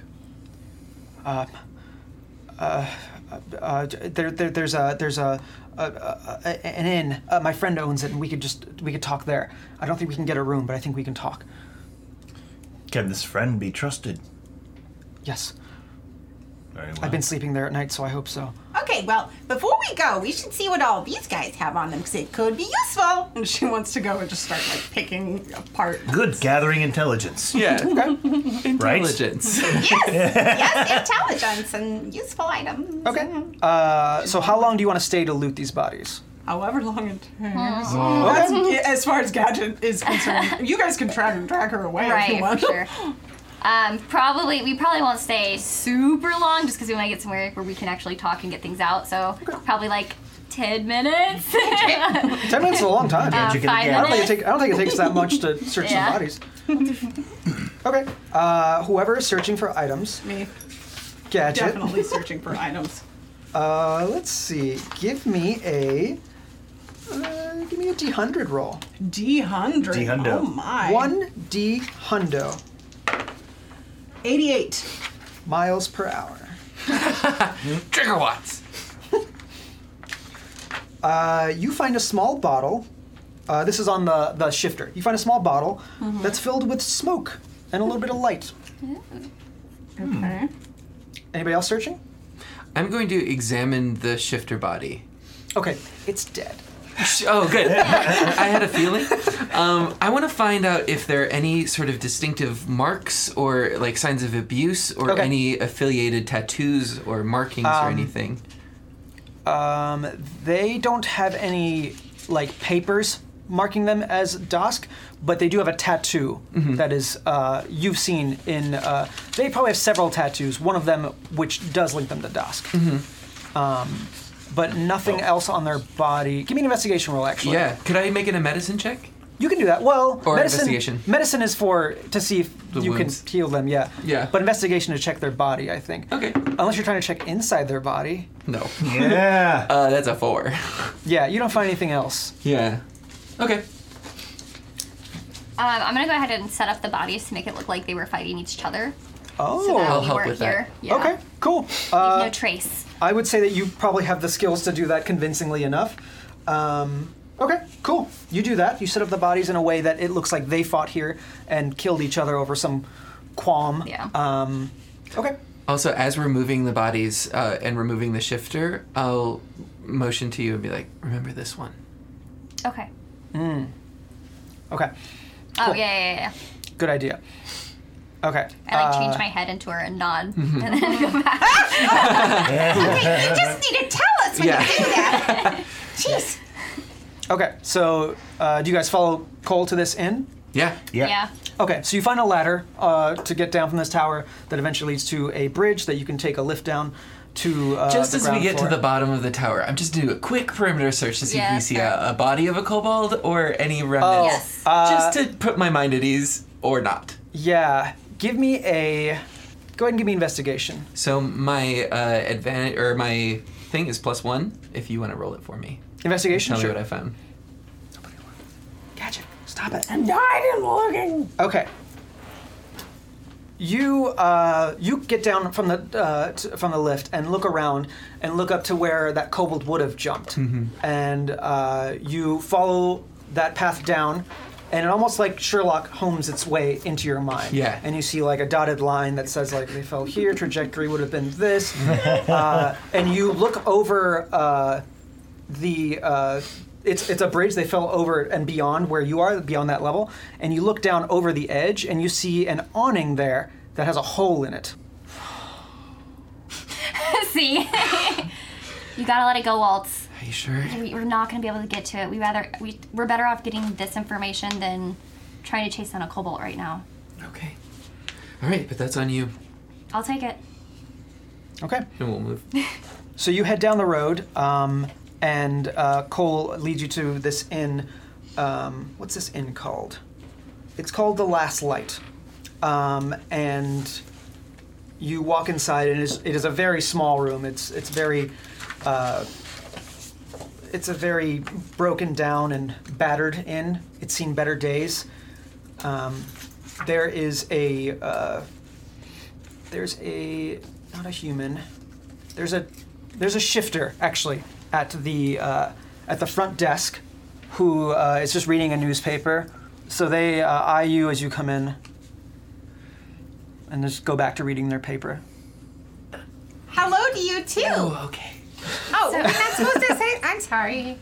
[SPEAKER 2] Uh, j- there, there there's a there's a. Uh, uh, an inn. Uh, my friend owns it, and we could just we could talk there. I don't think we can get a room, but I think we can talk.
[SPEAKER 1] Can this friend be trusted?
[SPEAKER 2] Yes,
[SPEAKER 1] Very well.
[SPEAKER 2] I've been sleeping there at night, so I hope so.
[SPEAKER 6] Okay, well, before we go, we should see what all these guys have on them because it could be
[SPEAKER 3] [LAUGHS]
[SPEAKER 6] useful.
[SPEAKER 5] And she wants to go and just start like picking apart.
[SPEAKER 1] Good gathering intelligence.
[SPEAKER 3] Yeah.
[SPEAKER 1] Right?
[SPEAKER 3] Intelligence.
[SPEAKER 6] yes, intelligence and useful
[SPEAKER 3] Oh,
[SPEAKER 6] items.
[SPEAKER 2] Okay. Uh, so how long do you want to stay to loot these bodies?
[SPEAKER 5] However long it takes. That's, as far as Gadget
[SPEAKER 2] [LAUGHS]
[SPEAKER 5] is concerned, you guys can track and track her away if you
[SPEAKER 4] Right,
[SPEAKER 5] want.
[SPEAKER 4] for sure. Um, probably we probably won't stay super long just because we want to get somewhere where we can actually talk and get things out. So probably like ten
[SPEAKER 2] [LAUGHS]
[SPEAKER 4] minutes. [LAUGHS] Um,
[SPEAKER 2] Ten minutes is a long time.
[SPEAKER 1] Uh,
[SPEAKER 2] I
[SPEAKER 1] Chicken and
[SPEAKER 4] five
[SPEAKER 1] gas.
[SPEAKER 2] don't think it
[SPEAKER 4] minutes.
[SPEAKER 2] take, I don't think it takes that much to search
[SPEAKER 4] Yeah.
[SPEAKER 2] some bodies. Okay. Uh, whoever is searching for items,
[SPEAKER 5] [LAUGHS] Me
[SPEAKER 2] gadget.
[SPEAKER 5] definitely searching for items.
[SPEAKER 2] Uh, let's see. Give me a. Uh, give me a D hundred roll.
[SPEAKER 5] D hundred.
[SPEAKER 1] D100.
[SPEAKER 5] Oh my.
[SPEAKER 2] One D hundo
[SPEAKER 5] eighty-eight.
[SPEAKER 2] miles per hour.
[SPEAKER 3] Gigawatts.
[SPEAKER 2] Uh, you find a small bottle. Uh, this is on the, the shifter. You find a small bottle that's filled with smoke and a little bit of light.
[SPEAKER 5] Okay.
[SPEAKER 2] Anybody else searching?
[SPEAKER 3] I'm going to examine the shifter body.
[SPEAKER 2] Okay, it's dead.
[SPEAKER 3] Oh, good. [LAUGHS] I had a feeling. Um, I want to find out if there are any sort of distinctive marks or like signs of abuse or
[SPEAKER 2] Okay.
[SPEAKER 3] any affiliated tattoos or markings or anything.
[SPEAKER 2] Um, they don't have any like papers marking them as Dosk, but they do have a tattoo
[SPEAKER 3] Mm-hmm.
[SPEAKER 2] that is uh, you've seen in. Uh, they probably have several tattoos. One of them which does link them to Dosk. Um,
[SPEAKER 3] Mm-hmm.
[SPEAKER 2] but nothing else on their body. Give me an investigation roll, actually.
[SPEAKER 3] Oh. Yeah. Could I make it a medicine check?
[SPEAKER 2] You can do that. Well,
[SPEAKER 3] Or
[SPEAKER 2] medicine,
[SPEAKER 3] investigation.
[SPEAKER 2] Medicine is for to see if
[SPEAKER 3] The
[SPEAKER 2] you
[SPEAKER 3] wounds.
[SPEAKER 2] can heal them. Yeah.
[SPEAKER 3] Yeah.
[SPEAKER 2] But investigation to check their body, I think.
[SPEAKER 3] Okay.
[SPEAKER 2] Unless you're trying to check inside their body.
[SPEAKER 3] No. [LAUGHS]
[SPEAKER 1] Yeah.
[SPEAKER 3] Uh, that's a four.
[SPEAKER 2] Yeah, you don't find anything else.
[SPEAKER 3] Yeah. Okay.
[SPEAKER 4] Um, I'm gonna go ahead and set up the bodies to make it look like they were fighting each other.
[SPEAKER 2] Oh.
[SPEAKER 4] So that
[SPEAKER 3] I'll
[SPEAKER 4] we
[SPEAKER 3] help
[SPEAKER 4] weren't
[SPEAKER 3] with that.
[SPEAKER 4] here. Yeah.
[SPEAKER 2] Okay, cool. Uh,
[SPEAKER 4] Leave no trace.
[SPEAKER 2] I would say that you probably have the skills to do that convincingly enough. Um, okay, cool. You do that. You set up the bodies in a way that it looks like they fought here and killed each other over some qualm.
[SPEAKER 4] Yeah.
[SPEAKER 2] Um, okay.
[SPEAKER 3] Also, as we're moving the bodies uh, and removing the shifter, I'll motion to you and be like, "Remember this one."
[SPEAKER 4] Okay.
[SPEAKER 2] Okay,
[SPEAKER 4] Oh yeah, yeah, yeah, yeah.
[SPEAKER 2] good idea. Okay.
[SPEAKER 4] I like change
[SPEAKER 2] uh, mm-hmm.
[SPEAKER 4] my head into her and nod, [LAUGHS] and then go back.
[SPEAKER 6] You just need to tell us when
[SPEAKER 3] Yeah.
[SPEAKER 6] you do that.
[SPEAKER 3] [LAUGHS]
[SPEAKER 6] [LAUGHS] Jeez.
[SPEAKER 2] Okay, so uh, do you guys follow Cole to this inn?
[SPEAKER 3] Yeah.
[SPEAKER 1] Yeah.
[SPEAKER 4] Yeah.
[SPEAKER 2] Okay, so you find a ladder uh, to get down from this tower that eventually leads to a bridge that you can take a lift down to. Uh,
[SPEAKER 3] Just
[SPEAKER 2] the
[SPEAKER 3] as we
[SPEAKER 2] ground
[SPEAKER 3] get
[SPEAKER 2] floor.
[SPEAKER 3] to the bottom of the tower, I'm just doing a quick perimeter search to see if
[SPEAKER 4] Yeah,
[SPEAKER 3] we see
[SPEAKER 4] fair.
[SPEAKER 3] a, a body of a kobold or any remnants.
[SPEAKER 4] Yes.
[SPEAKER 2] Oh, uh,
[SPEAKER 3] just to put my mind at ease or not.
[SPEAKER 2] Yeah, give me a. Go ahead and give me investigation.
[SPEAKER 3] So my uh, advantage or my thing is plus one. If you want to roll it for me,
[SPEAKER 2] Investigation.
[SPEAKER 3] tell
[SPEAKER 2] sure.
[SPEAKER 3] me what I found.
[SPEAKER 2] Gotcha. Stop it. I'm not looking. Okay. You uh, you get down from the uh, t- from the lift and look around and look up to where that kobold would have jumped, and uh, you follow that path down, and it almost like Sherlock Holmes its way into your mind.
[SPEAKER 3] Yeah.
[SPEAKER 2] And you see like a dotted line that says like they fell here, trajectory would have been this, uh, and you look over. Uh, the uh, it's it's a bridge they fell over and beyond where you are beyond that level and you look down over the edge and you see an awning there that has a hole in it
[SPEAKER 4] See, you gotta let it go, Waltz.
[SPEAKER 3] Are you sure?
[SPEAKER 4] We- We're not gonna be able to get to it. We rather we we're better off getting this information than trying to chase down a cobalt right now.
[SPEAKER 3] Okay. All right, but that's on you,
[SPEAKER 4] I'll take it.
[SPEAKER 2] okay
[SPEAKER 3] and we'll move.
[SPEAKER 2] so you head down the road um, and uh, cole leads you to this inn um, what's this inn called it's called the last light um, and you walk inside and it is, it is a very small room it's it's very uh, it's a very broken down and battered inn. It's seen better days. Um, there is a uh, there's a not a human. There's a there's a shifter actually at the uh, at the front desk who uh, is just reading a newspaper. So they uh, eye you as you come in and just go back to reading their paper.
[SPEAKER 6] Hello to you too.
[SPEAKER 3] Oh, okay.
[SPEAKER 6] Oh, we're not supposed to say. I'm sorry.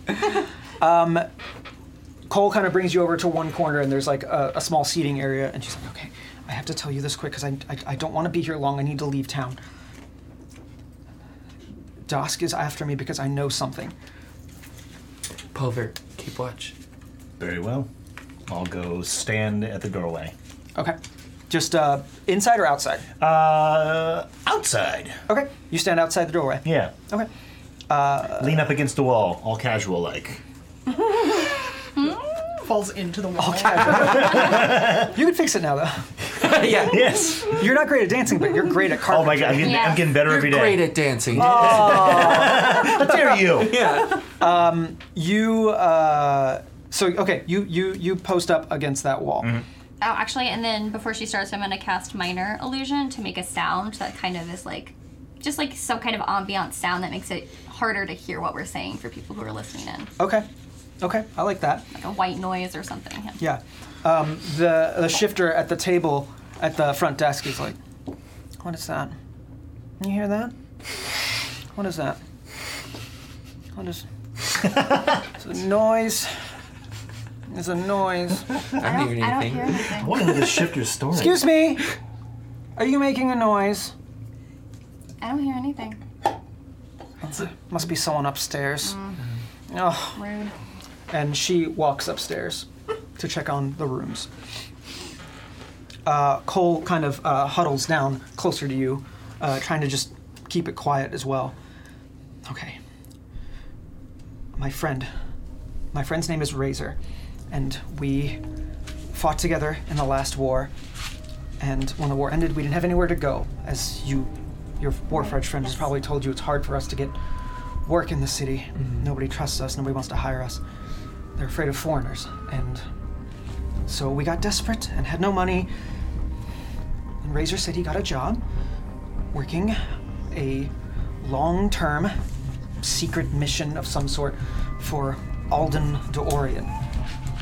[SPEAKER 2] Cole kind of brings you over to one corner, and there's like a, a small seating area, and she's like, "Okay, I have to tell you this quick because I, I, I don't want to be here long. I need to leave town." Dosk is after me because I know something.
[SPEAKER 3] Pulver, keep
[SPEAKER 2] [LAUGHS]
[SPEAKER 3] watch.
[SPEAKER 1] Very well. I'll go stand at the doorway.
[SPEAKER 2] Okay, just uh, inside or outside?
[SPEAKER 1] Uh, outside.
[SPEAKER 2] Okay, you stand outside the doorway.
[SPEAKER 1] Yeah.
[SPEAKER 2] Okay,
[SPEAKER 1] Uh, Lean up against the wall, all casual like.
[SPEAKER 5] Falls into the wall.
[SPEAKER 2] you can fix it now though. [LAUGHS]
[SPEAKER 3] yeah.
[SPEAKER 1] Yes.
[SPEAKER 2] You're not great at dancing, but you're great
[SPEAKER 1] [LAUGHS]
[SPEAKER 2] at
[SPEAKER 1] Oh
[SPEAKER 2] carpentry.
[SPEAKER 1] my god, I'm getting,
[SPEAKER 4] Yeah.
[SPEAKER 1] I'm getting better
[SPEAKER 3] You're
[SPEAKER 1] every day.
[SPEAKER 3] great at
[SPEAKER 4] [LAUGHS]
[SPEAKER 3] dancing.
[SPEAKER 1] How
[SPEAKER 2] [LAUGHS]
[SPEAKER 1] dare you?
[SPEAKER 3] Yeah.
[SPEAKER 2] You uh, so okay, you you you post up against that wall.
[SPEAKER 1] Mm-hmm.
[SPEAKER 4] Oh, actually, and then before she starts, I'm gonna cast minor illusion to make a sound that kind of is like, just like some kind of ambient sound that makes it harder to hear what we're saying for people who are listening in,
[SPEAKER 2] Okay, okay, I like that.
[SPEAKER 4] like a white noise or something.
[SPEAKER 2] Yeah. Um, the the shifter at the table at the front desk is like, what is that? You hear that? What is that? What is? it's a noise. It's a noise.
[SPEAKER 3] I'm
[SPEAKER 4] I
[SPEAKER 3] hearing
[SPEAKER 4] don't, I don't
[SPEAKER 3] anything.
[SPEAKER 4] hear anything.
[SPEAKER 1] What is this shifter's story?
[SPEAKER 2] Excuse me. Are you making a noise?
[SPEAKER 4] I don't hear anything.
[SPEAKER 2] Must be someone upstairs. Oh.
[SPEAKER 4] Rude.
[SPEAKER 2] And she walks upstairs to check on the rooms. Uh, Cole kind of uh, huddles down closer to you, uh, trying to just keep it quiet as well. Okay. My friend. My friend's name is Razor, and we fought together in the last war. And when the war ended, we didn't have anywhere to go. As you, your war friend has probably told you, it's hard for us to get work in the city. Nobody trusts us, nobody wants to hire us. They're afraid of foreigners. And so we got desperate and had no money. And Razor said he got a job working a long term secret mission of some sort for Alden D'Orion.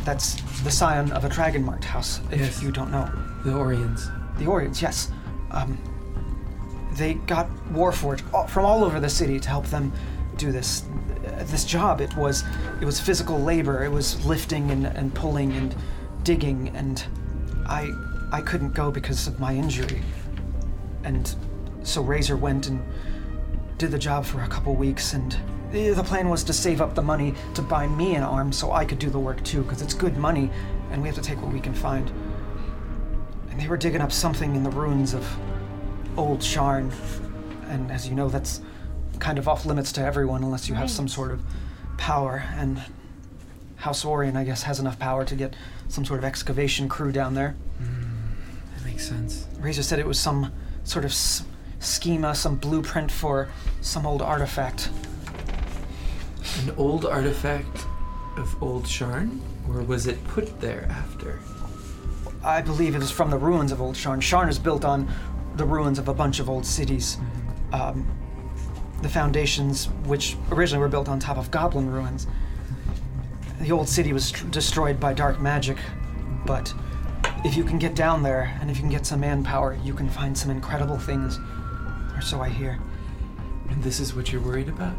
[SPEAKER 2] That's the scion of a Dragon Marked house, if
[SPEAKER 3] Yes.
[SPEAKER 2] you don't know.
[SPEAKER 3] The Orions.
[SPEAKER 2] The Orions, yes. Um, they got Warforged all- from all over the city to help them do this uh, this job. It was it was physical labor. It was lifting and, and pulling and digging. And I I couldn't go because of my injury. And so Razor went and did the job for a couple weeks and the the plan was to save up the money to buy me an arm so I could do the work too because it's good money and we have to take what we can find. And they were digging up something in the ruins of old Sharn and as you know that's kind of off limits to everyone unless you have some sort of power and House Orion I guess has enough power to get some sort of excavation crew down there.
[SPEAKER 3] That makes sense.
[SPEAKER 2] Razor said it was some sort of s- schema, some blueprint for some old artifact.
[SPEAKER 3] An old artifact of old Sharn, or was it put there after?
[SPEAKER 2] I believe it was from the ruins of old Sharn. Sharn is built on the ruins of a bunch of old cities. Um, the foundations, which originally were built on top of goblin ruins. The old city was tr- destroyed by dark magic, but if you can get down there and if you can get some manpower, you can find some incredible things, or so I hear.
[SPEAKER 3] And this is what you're worried about?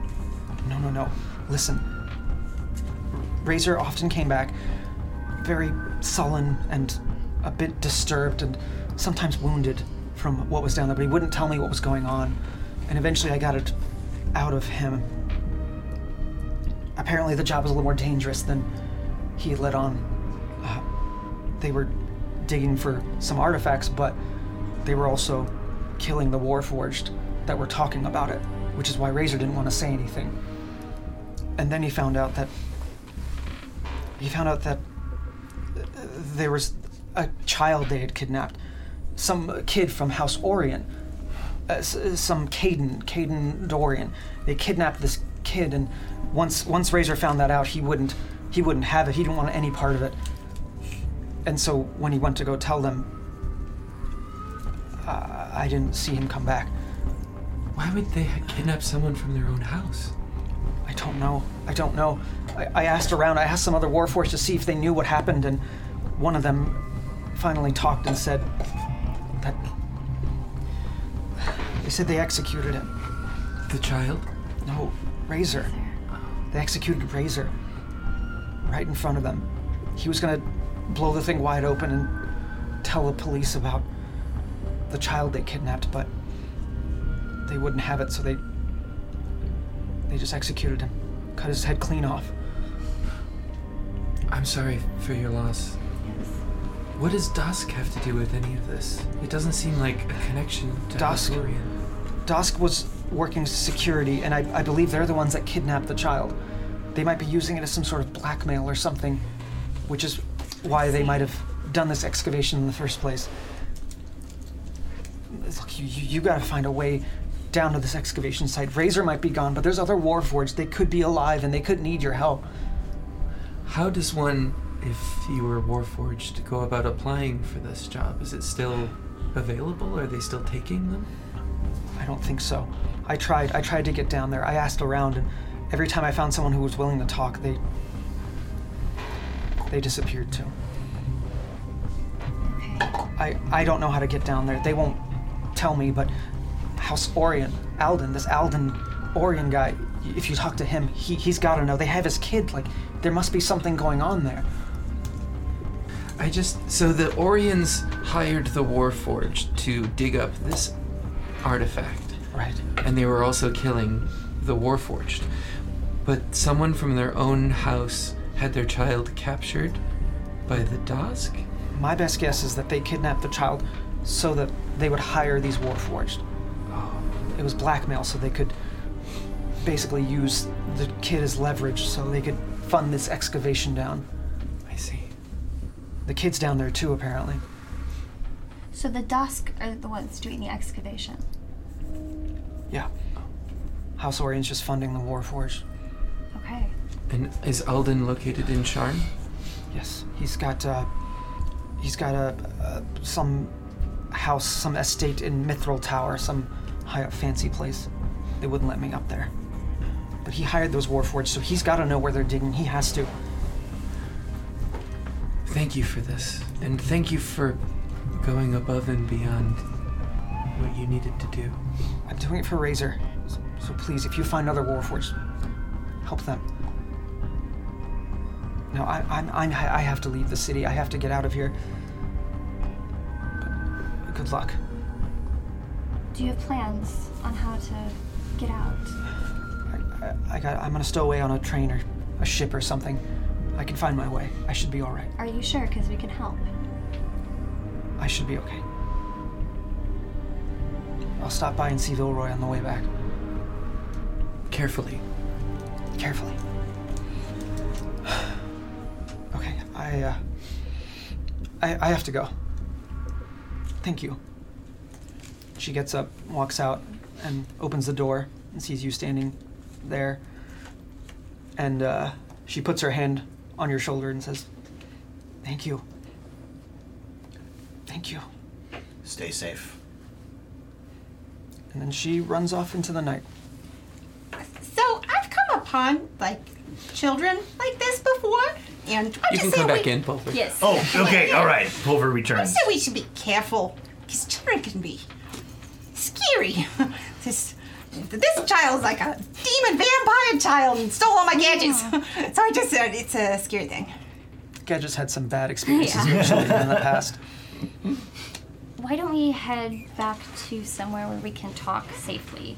[SPEAKER 2] No, no, no. Listen. Razor often came back very sullen and a bit disturbed and sometimes wounded from what was down there, but he wouldn't tell me what was going on. And eventually I got it out of him. Apparently, the job was a little more dangerous than he had let on. Uh, they were digging for some artifacts, but they were also killing the Warforged that were talking about it, which is why Razor didn't want to say anything. And then he found out that he found out that uh, there was a child they had kidnapped, some kid from House Orion, uh, s- some Caden, Caden Dorian. They kidnapped this kid, and once once Razor found that out, he wouldn't he wouldn't have it. He didn't want any part of it. And so when he went to go tell them, uh, I didn't see him come back.
[SPEAKER 3] Why would they kidnap someone from their own house?
[SPEAKER 2] I don't know. I don't know. I, I asked around. I asked some other Warforged to see if they knew what happened, and one of them finally talked and said that they said they executed him.
[SPEAKER 3] The child?
[SPEAKER 2] No, Razor. They executed Razor right in front of them. He was gonna blow the thing wide open and tell the police about the child they kidnapped, but they wouldn't have it, so they they just executed him, cut his head clean off.
[SPEAKER 3] I'm sorry for your loss. What does Dusk have to do with any of this? It doesn't seem like a connection to
[SPEAKER 2] Dusk?
[SPEAKER 3] Asorian.
[SPEAKER 2] Dusk was working security, and I, I believe they're the ones that kidnapped the child. They might be using it as some sort of blackmail or something, which is why they might have done this excavation in the first place. Look, you, you, you gotta find a way down to this excavation site. Razor might be gone, but there's other Warforged. They could be alive and they could need your help.
[SPEAKER 3] How does one, if you were Warforged, go about applying for this job? Is it still available? Are they still taking them?
[SPEAKER 2] I don't think so. I tried. I tried to get down there. I asked around, and every time I found someone who was willing to talk, they they disappeared too. I I don't know how to get down there. They won't tell me. But House Orion, Alden, this Alden Orion guy. y- If you talk to him, he he's got to know. They have his kid. Like there must be something going on there.
[SPEAKER 3] I just so the Orions hired the Warforged to dig up this artifact,
[SPEAKER 2] Right.
[SPEAKER 3] and they were also killing the Warforged. But someone from their own house had their child captured by the Dusk.
[SPEAKER 2] My best guess is that they kidnapped the child so that they would hire these Warforged. It was blackmail, so they could basically use the kid as leverage so they could fund this excavation down.
[SPEAKER 3] I see.
[SPEAKER 2] The kid's down there too, apparently.
[SPEAKER 4] So the dusk are the ones doing the excavation.
[SPEAKER 2] Yeah. House Orion's just funding the Warforged.
[SPEAKER 4] Okay.
[SPEAKER 3] And is Alden located in Charm?
[SPEAKER 2] Yes, he's got uh, he's got a uh, some house, some estate in Mithril Tower, some high up fancy place. They wouldn't let me up there. But he hired those warforged, so he's got to know where they're digging. He has to.
[SPEAKER 3] Thank you for this, and thank you for going above and beyond
[SPEAKER 8] what you needed to do.
[SPEAKER 2] I'm doing it for Razor. So, so please, if you find other Warforged, help them. No, I, I'm, I'm, I have to leave the city. I have to get out of here. But good luck.
[SPEAKER 4] Do you have plans on how to get out?
[SPEAKER 2] I, I, I got, I'm gonna stow away on a train or a ship or something. I can find my way. I should be all right.
[SPEAKER 4] Are you sure? Because we can help.
[SPEAKER 2] I should be okay. I'll stop by and see Vilroy on the way back.
[SPEAKER 3] Carefully.
[SPEAKER 2] Carefully. [SIGHS] okay, I, uh, I, I have to go. Thank you. She gets up, walks out, and opens the door and sees you standing there. And uh, she puts her hand on your shoulder and says, Thank you. Thank you.
[SPEAKER 1] Stay safe.
[SPEAKER 2] And then she runs off into the night.
[SPEAKER 6] So I've come upon like children like this before, and I
[SPEAKER 3] You
[SPEAKER 6] just
[SPEAKER 3] can
[SPEAKER 6] say
[SPEAKER 3] come
[SPEAKER 6] we,
[SPEAKER 3] back in, Pulver.
[SPEAKER 6] Yes.
[SPEAKER 1] Oh, okay, all right. Pulver returns.
[SPEAKER 6] So we should be careful, because children can be scary. [LAUGHS] this this child's like a demon vampire child and stole all my gadgets.
[SPEAKER 4] Mm.
[SPEAKER 6] [LAUGHS] so I just said it's a scary thing.
[SPEAKER 2] Gadget's had some bad experiences with children in the past.
[SPEAKER 4] Why don't we head back to somewhere where we can talk safely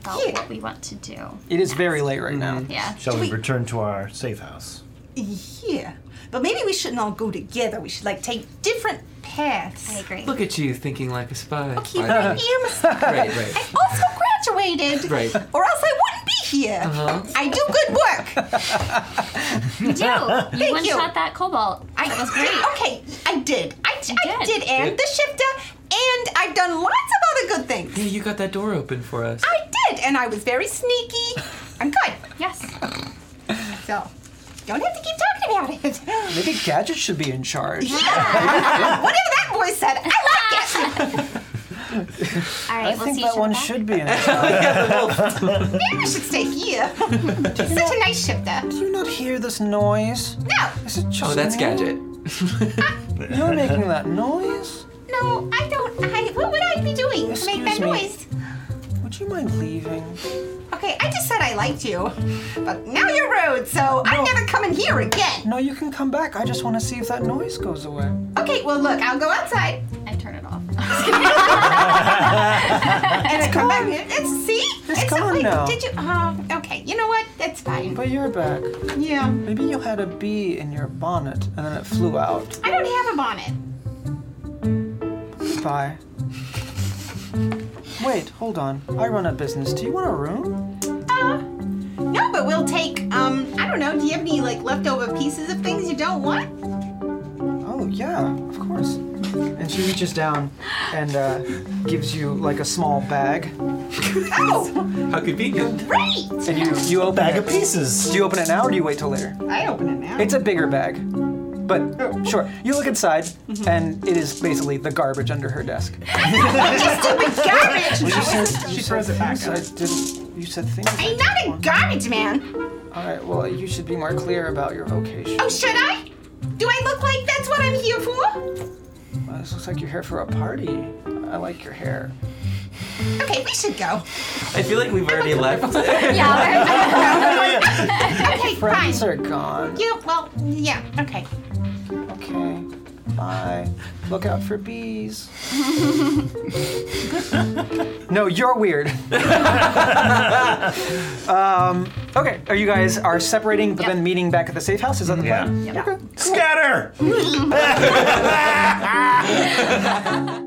[SPEAKER 4] about
[SPEAKER 6] Yeah.
[SPEAKER 4] what we want to do?
[SPEAKER 2] It is very late right now.
[SPEAKER 4] Yeah.
[SPEAKER 1] Shall we
[SPEAKER 6] we-
[SPEAKER 1] return to our safe house?
[SPEAKER 6] Yeah, but maybe we shouldn't all go together. We should like take different
[SPEAKER 4] I
[SPEAKER 6] paths.
[SPEAKER 4] agree.
[SPEAKER 3] Look at you thinking like a spy.
[SPEAKER 6] Keep I am a
[SPEAKER 4] [LAUGHS]
[SPEAKER 6] spy.
[SPEAKER 3] Right, right.
[SPEAKER 6] I also graduated.
[SPEAKER 3] Right.
[SPEAKER 6] Or else I wouldn't be here.
[SPEAKER 4] Uh-huh.
[SPEAKER 6] I do good work.
[SPEAKER 4] You do. You one
[SPEAKER 6] you.
[SPEAKER 4] shot that cobalt.
[SPEAKER 6] I
[SPEAKER 4] [LAUGHS] That was great.
[SPEAKER 6] Okay, I did. I, I
[SPEAKER 4] did.
[SPEAKER 6] did, and
[SPEAKER 3] Good.
[SPEAKER 6] the shifter, and I've done lots of other good things.
[SPEAKER 3] Yeah, you got that door open for us.
[SPEAKER 6] I did, and I was very sneaky. I'm good.
[SPEAKER 4] Yes.
[SPEAKER 6] So, don't have to keep talking about it. [LAUGHS]
[SPEAKER 2] Maybe Gadget should be in charge.
[SPEAKER 6] Whatever that boy said, I like it.
[SPEAKER 4] All right.
[SPEAKER 2] I
[SPEAKER 4] we'll
[SPEAKER 2] think
[SPEAKER 4] see
[SPEAKER 2] that
[SPEAKER 4] you
[SPEAKER 2] one
[SPEAKER 4] back.
[SPEAKER 2] should be in charge.
[SPEAKER 6] Maybe I should stay here. Such a nice shifter.
[SPEAKER 2] Do you not hear this noise?
[SPEAKER 6] No,
[SPEAKER 2] Is it just
[SPEAKER 3] Oh, that's
[SPEAKER 2] me?
[SPEAKER 3] Gadget.
[SPEAKER 2] You're making that noise?
[SPEAKER 6] no, I don't. I, what would I be doing to make
[SPEAKER 2] Excuse
[SPEAKER 6] that
[SPEAKER 2] me.
[SPEAKER 6] noise?
[SPEAKER 2] Would you mind leaving?
[SPEAKER 6] Okay, I just said I liked you, but now you're rude, so I'm never coming here again.
[SPEAKER 2] No, you can come back. I just want to see if that noise goes away.
[SPEAKER 6] Okay, well look, I'll go outside
[SPEAKER 4] I turn it off.
[SPEAKER 6] and I come back. here. It's see, it's,
[SPEAKER 2] gone
[SPEAKER 6] wait,
[SPEAKER 2] now.
[SPEAKER 6] Did you? Oh, okay. You know what? That's fine.
[SPEAKER 2] But you're back.
[SPEAKER 6] Yeah,
[SPEAKER 2] Maybe you had a bee in your bonnet and then it flew out.
[SPEAKER 6] I don't have a bonnet.
[SPEAKER 2] Bye. Wait, hold on. I run a business. Do you want a room?
[SPEAKER 6] Uh, no, but we'll take. Um, I don't know. Do you have any like leftover pieces of things you don't want?
[SPEAKER 2] Oh, yeah, of course. And she reaches down and uh, gives you like a small bag.
[SPEAKER 6] Oh,
[SPEAKER 3] How convenient.
[SPEAKER 6] great!
[SPEAKER 2] And you, you open
[SPEAKER 1] Bag
[SPEAKER 2] it.
[SPEAKER 1] of pieces.
[SPEAKER 2] Do you open it now or do you wait till later?
[SPEAKER 6] I open it now.
[SPEAKER 2] It's a bigger bag. But sure, you look inside, and it is basically the garbage under her desk.
[SPEAKER 6] stupid garbage.
[SPEAKER 2] She throws it back. I didn't. You said things.
[SPEAKER 6] [LAUGHS] I'm not a garbage man.
[SPEAKER 2] All right. Well, you should be more clear about your vocation.
[SPEAKER 6] Oh, should I? Do I look like that's what I'm here for?
[SPEAKER 2] Uh, this looks like you're here for a party. I like your hair.
[SPEAKER 6] Okay, we should
[SPEAKER 2] [LAUGHS]
[SPEAKER 6] go.
[SPEAKER 3] I feel like we've already left.
[SPEAKER 4] yeah.
[SPEAKER 6] Okay, fine.
[SPEAKER 2] Friends are gone.
[SPEAKER 6] You well, yeah. Okay.
[SPEAKER 2] Okay. Bye. Look out for bees. no, you're weird. [LAUGHS] um, okay, are you guys are separating, but
[SPEAKER 4] Yep.
[SPEAKER 2] then meeting back at the safe house? Is that the
[SPEAKER 1] Yeah.
[SPEAKER 2] plan?
[SPEAKER 4] Yep.
[SPEAKER 1] Scatter!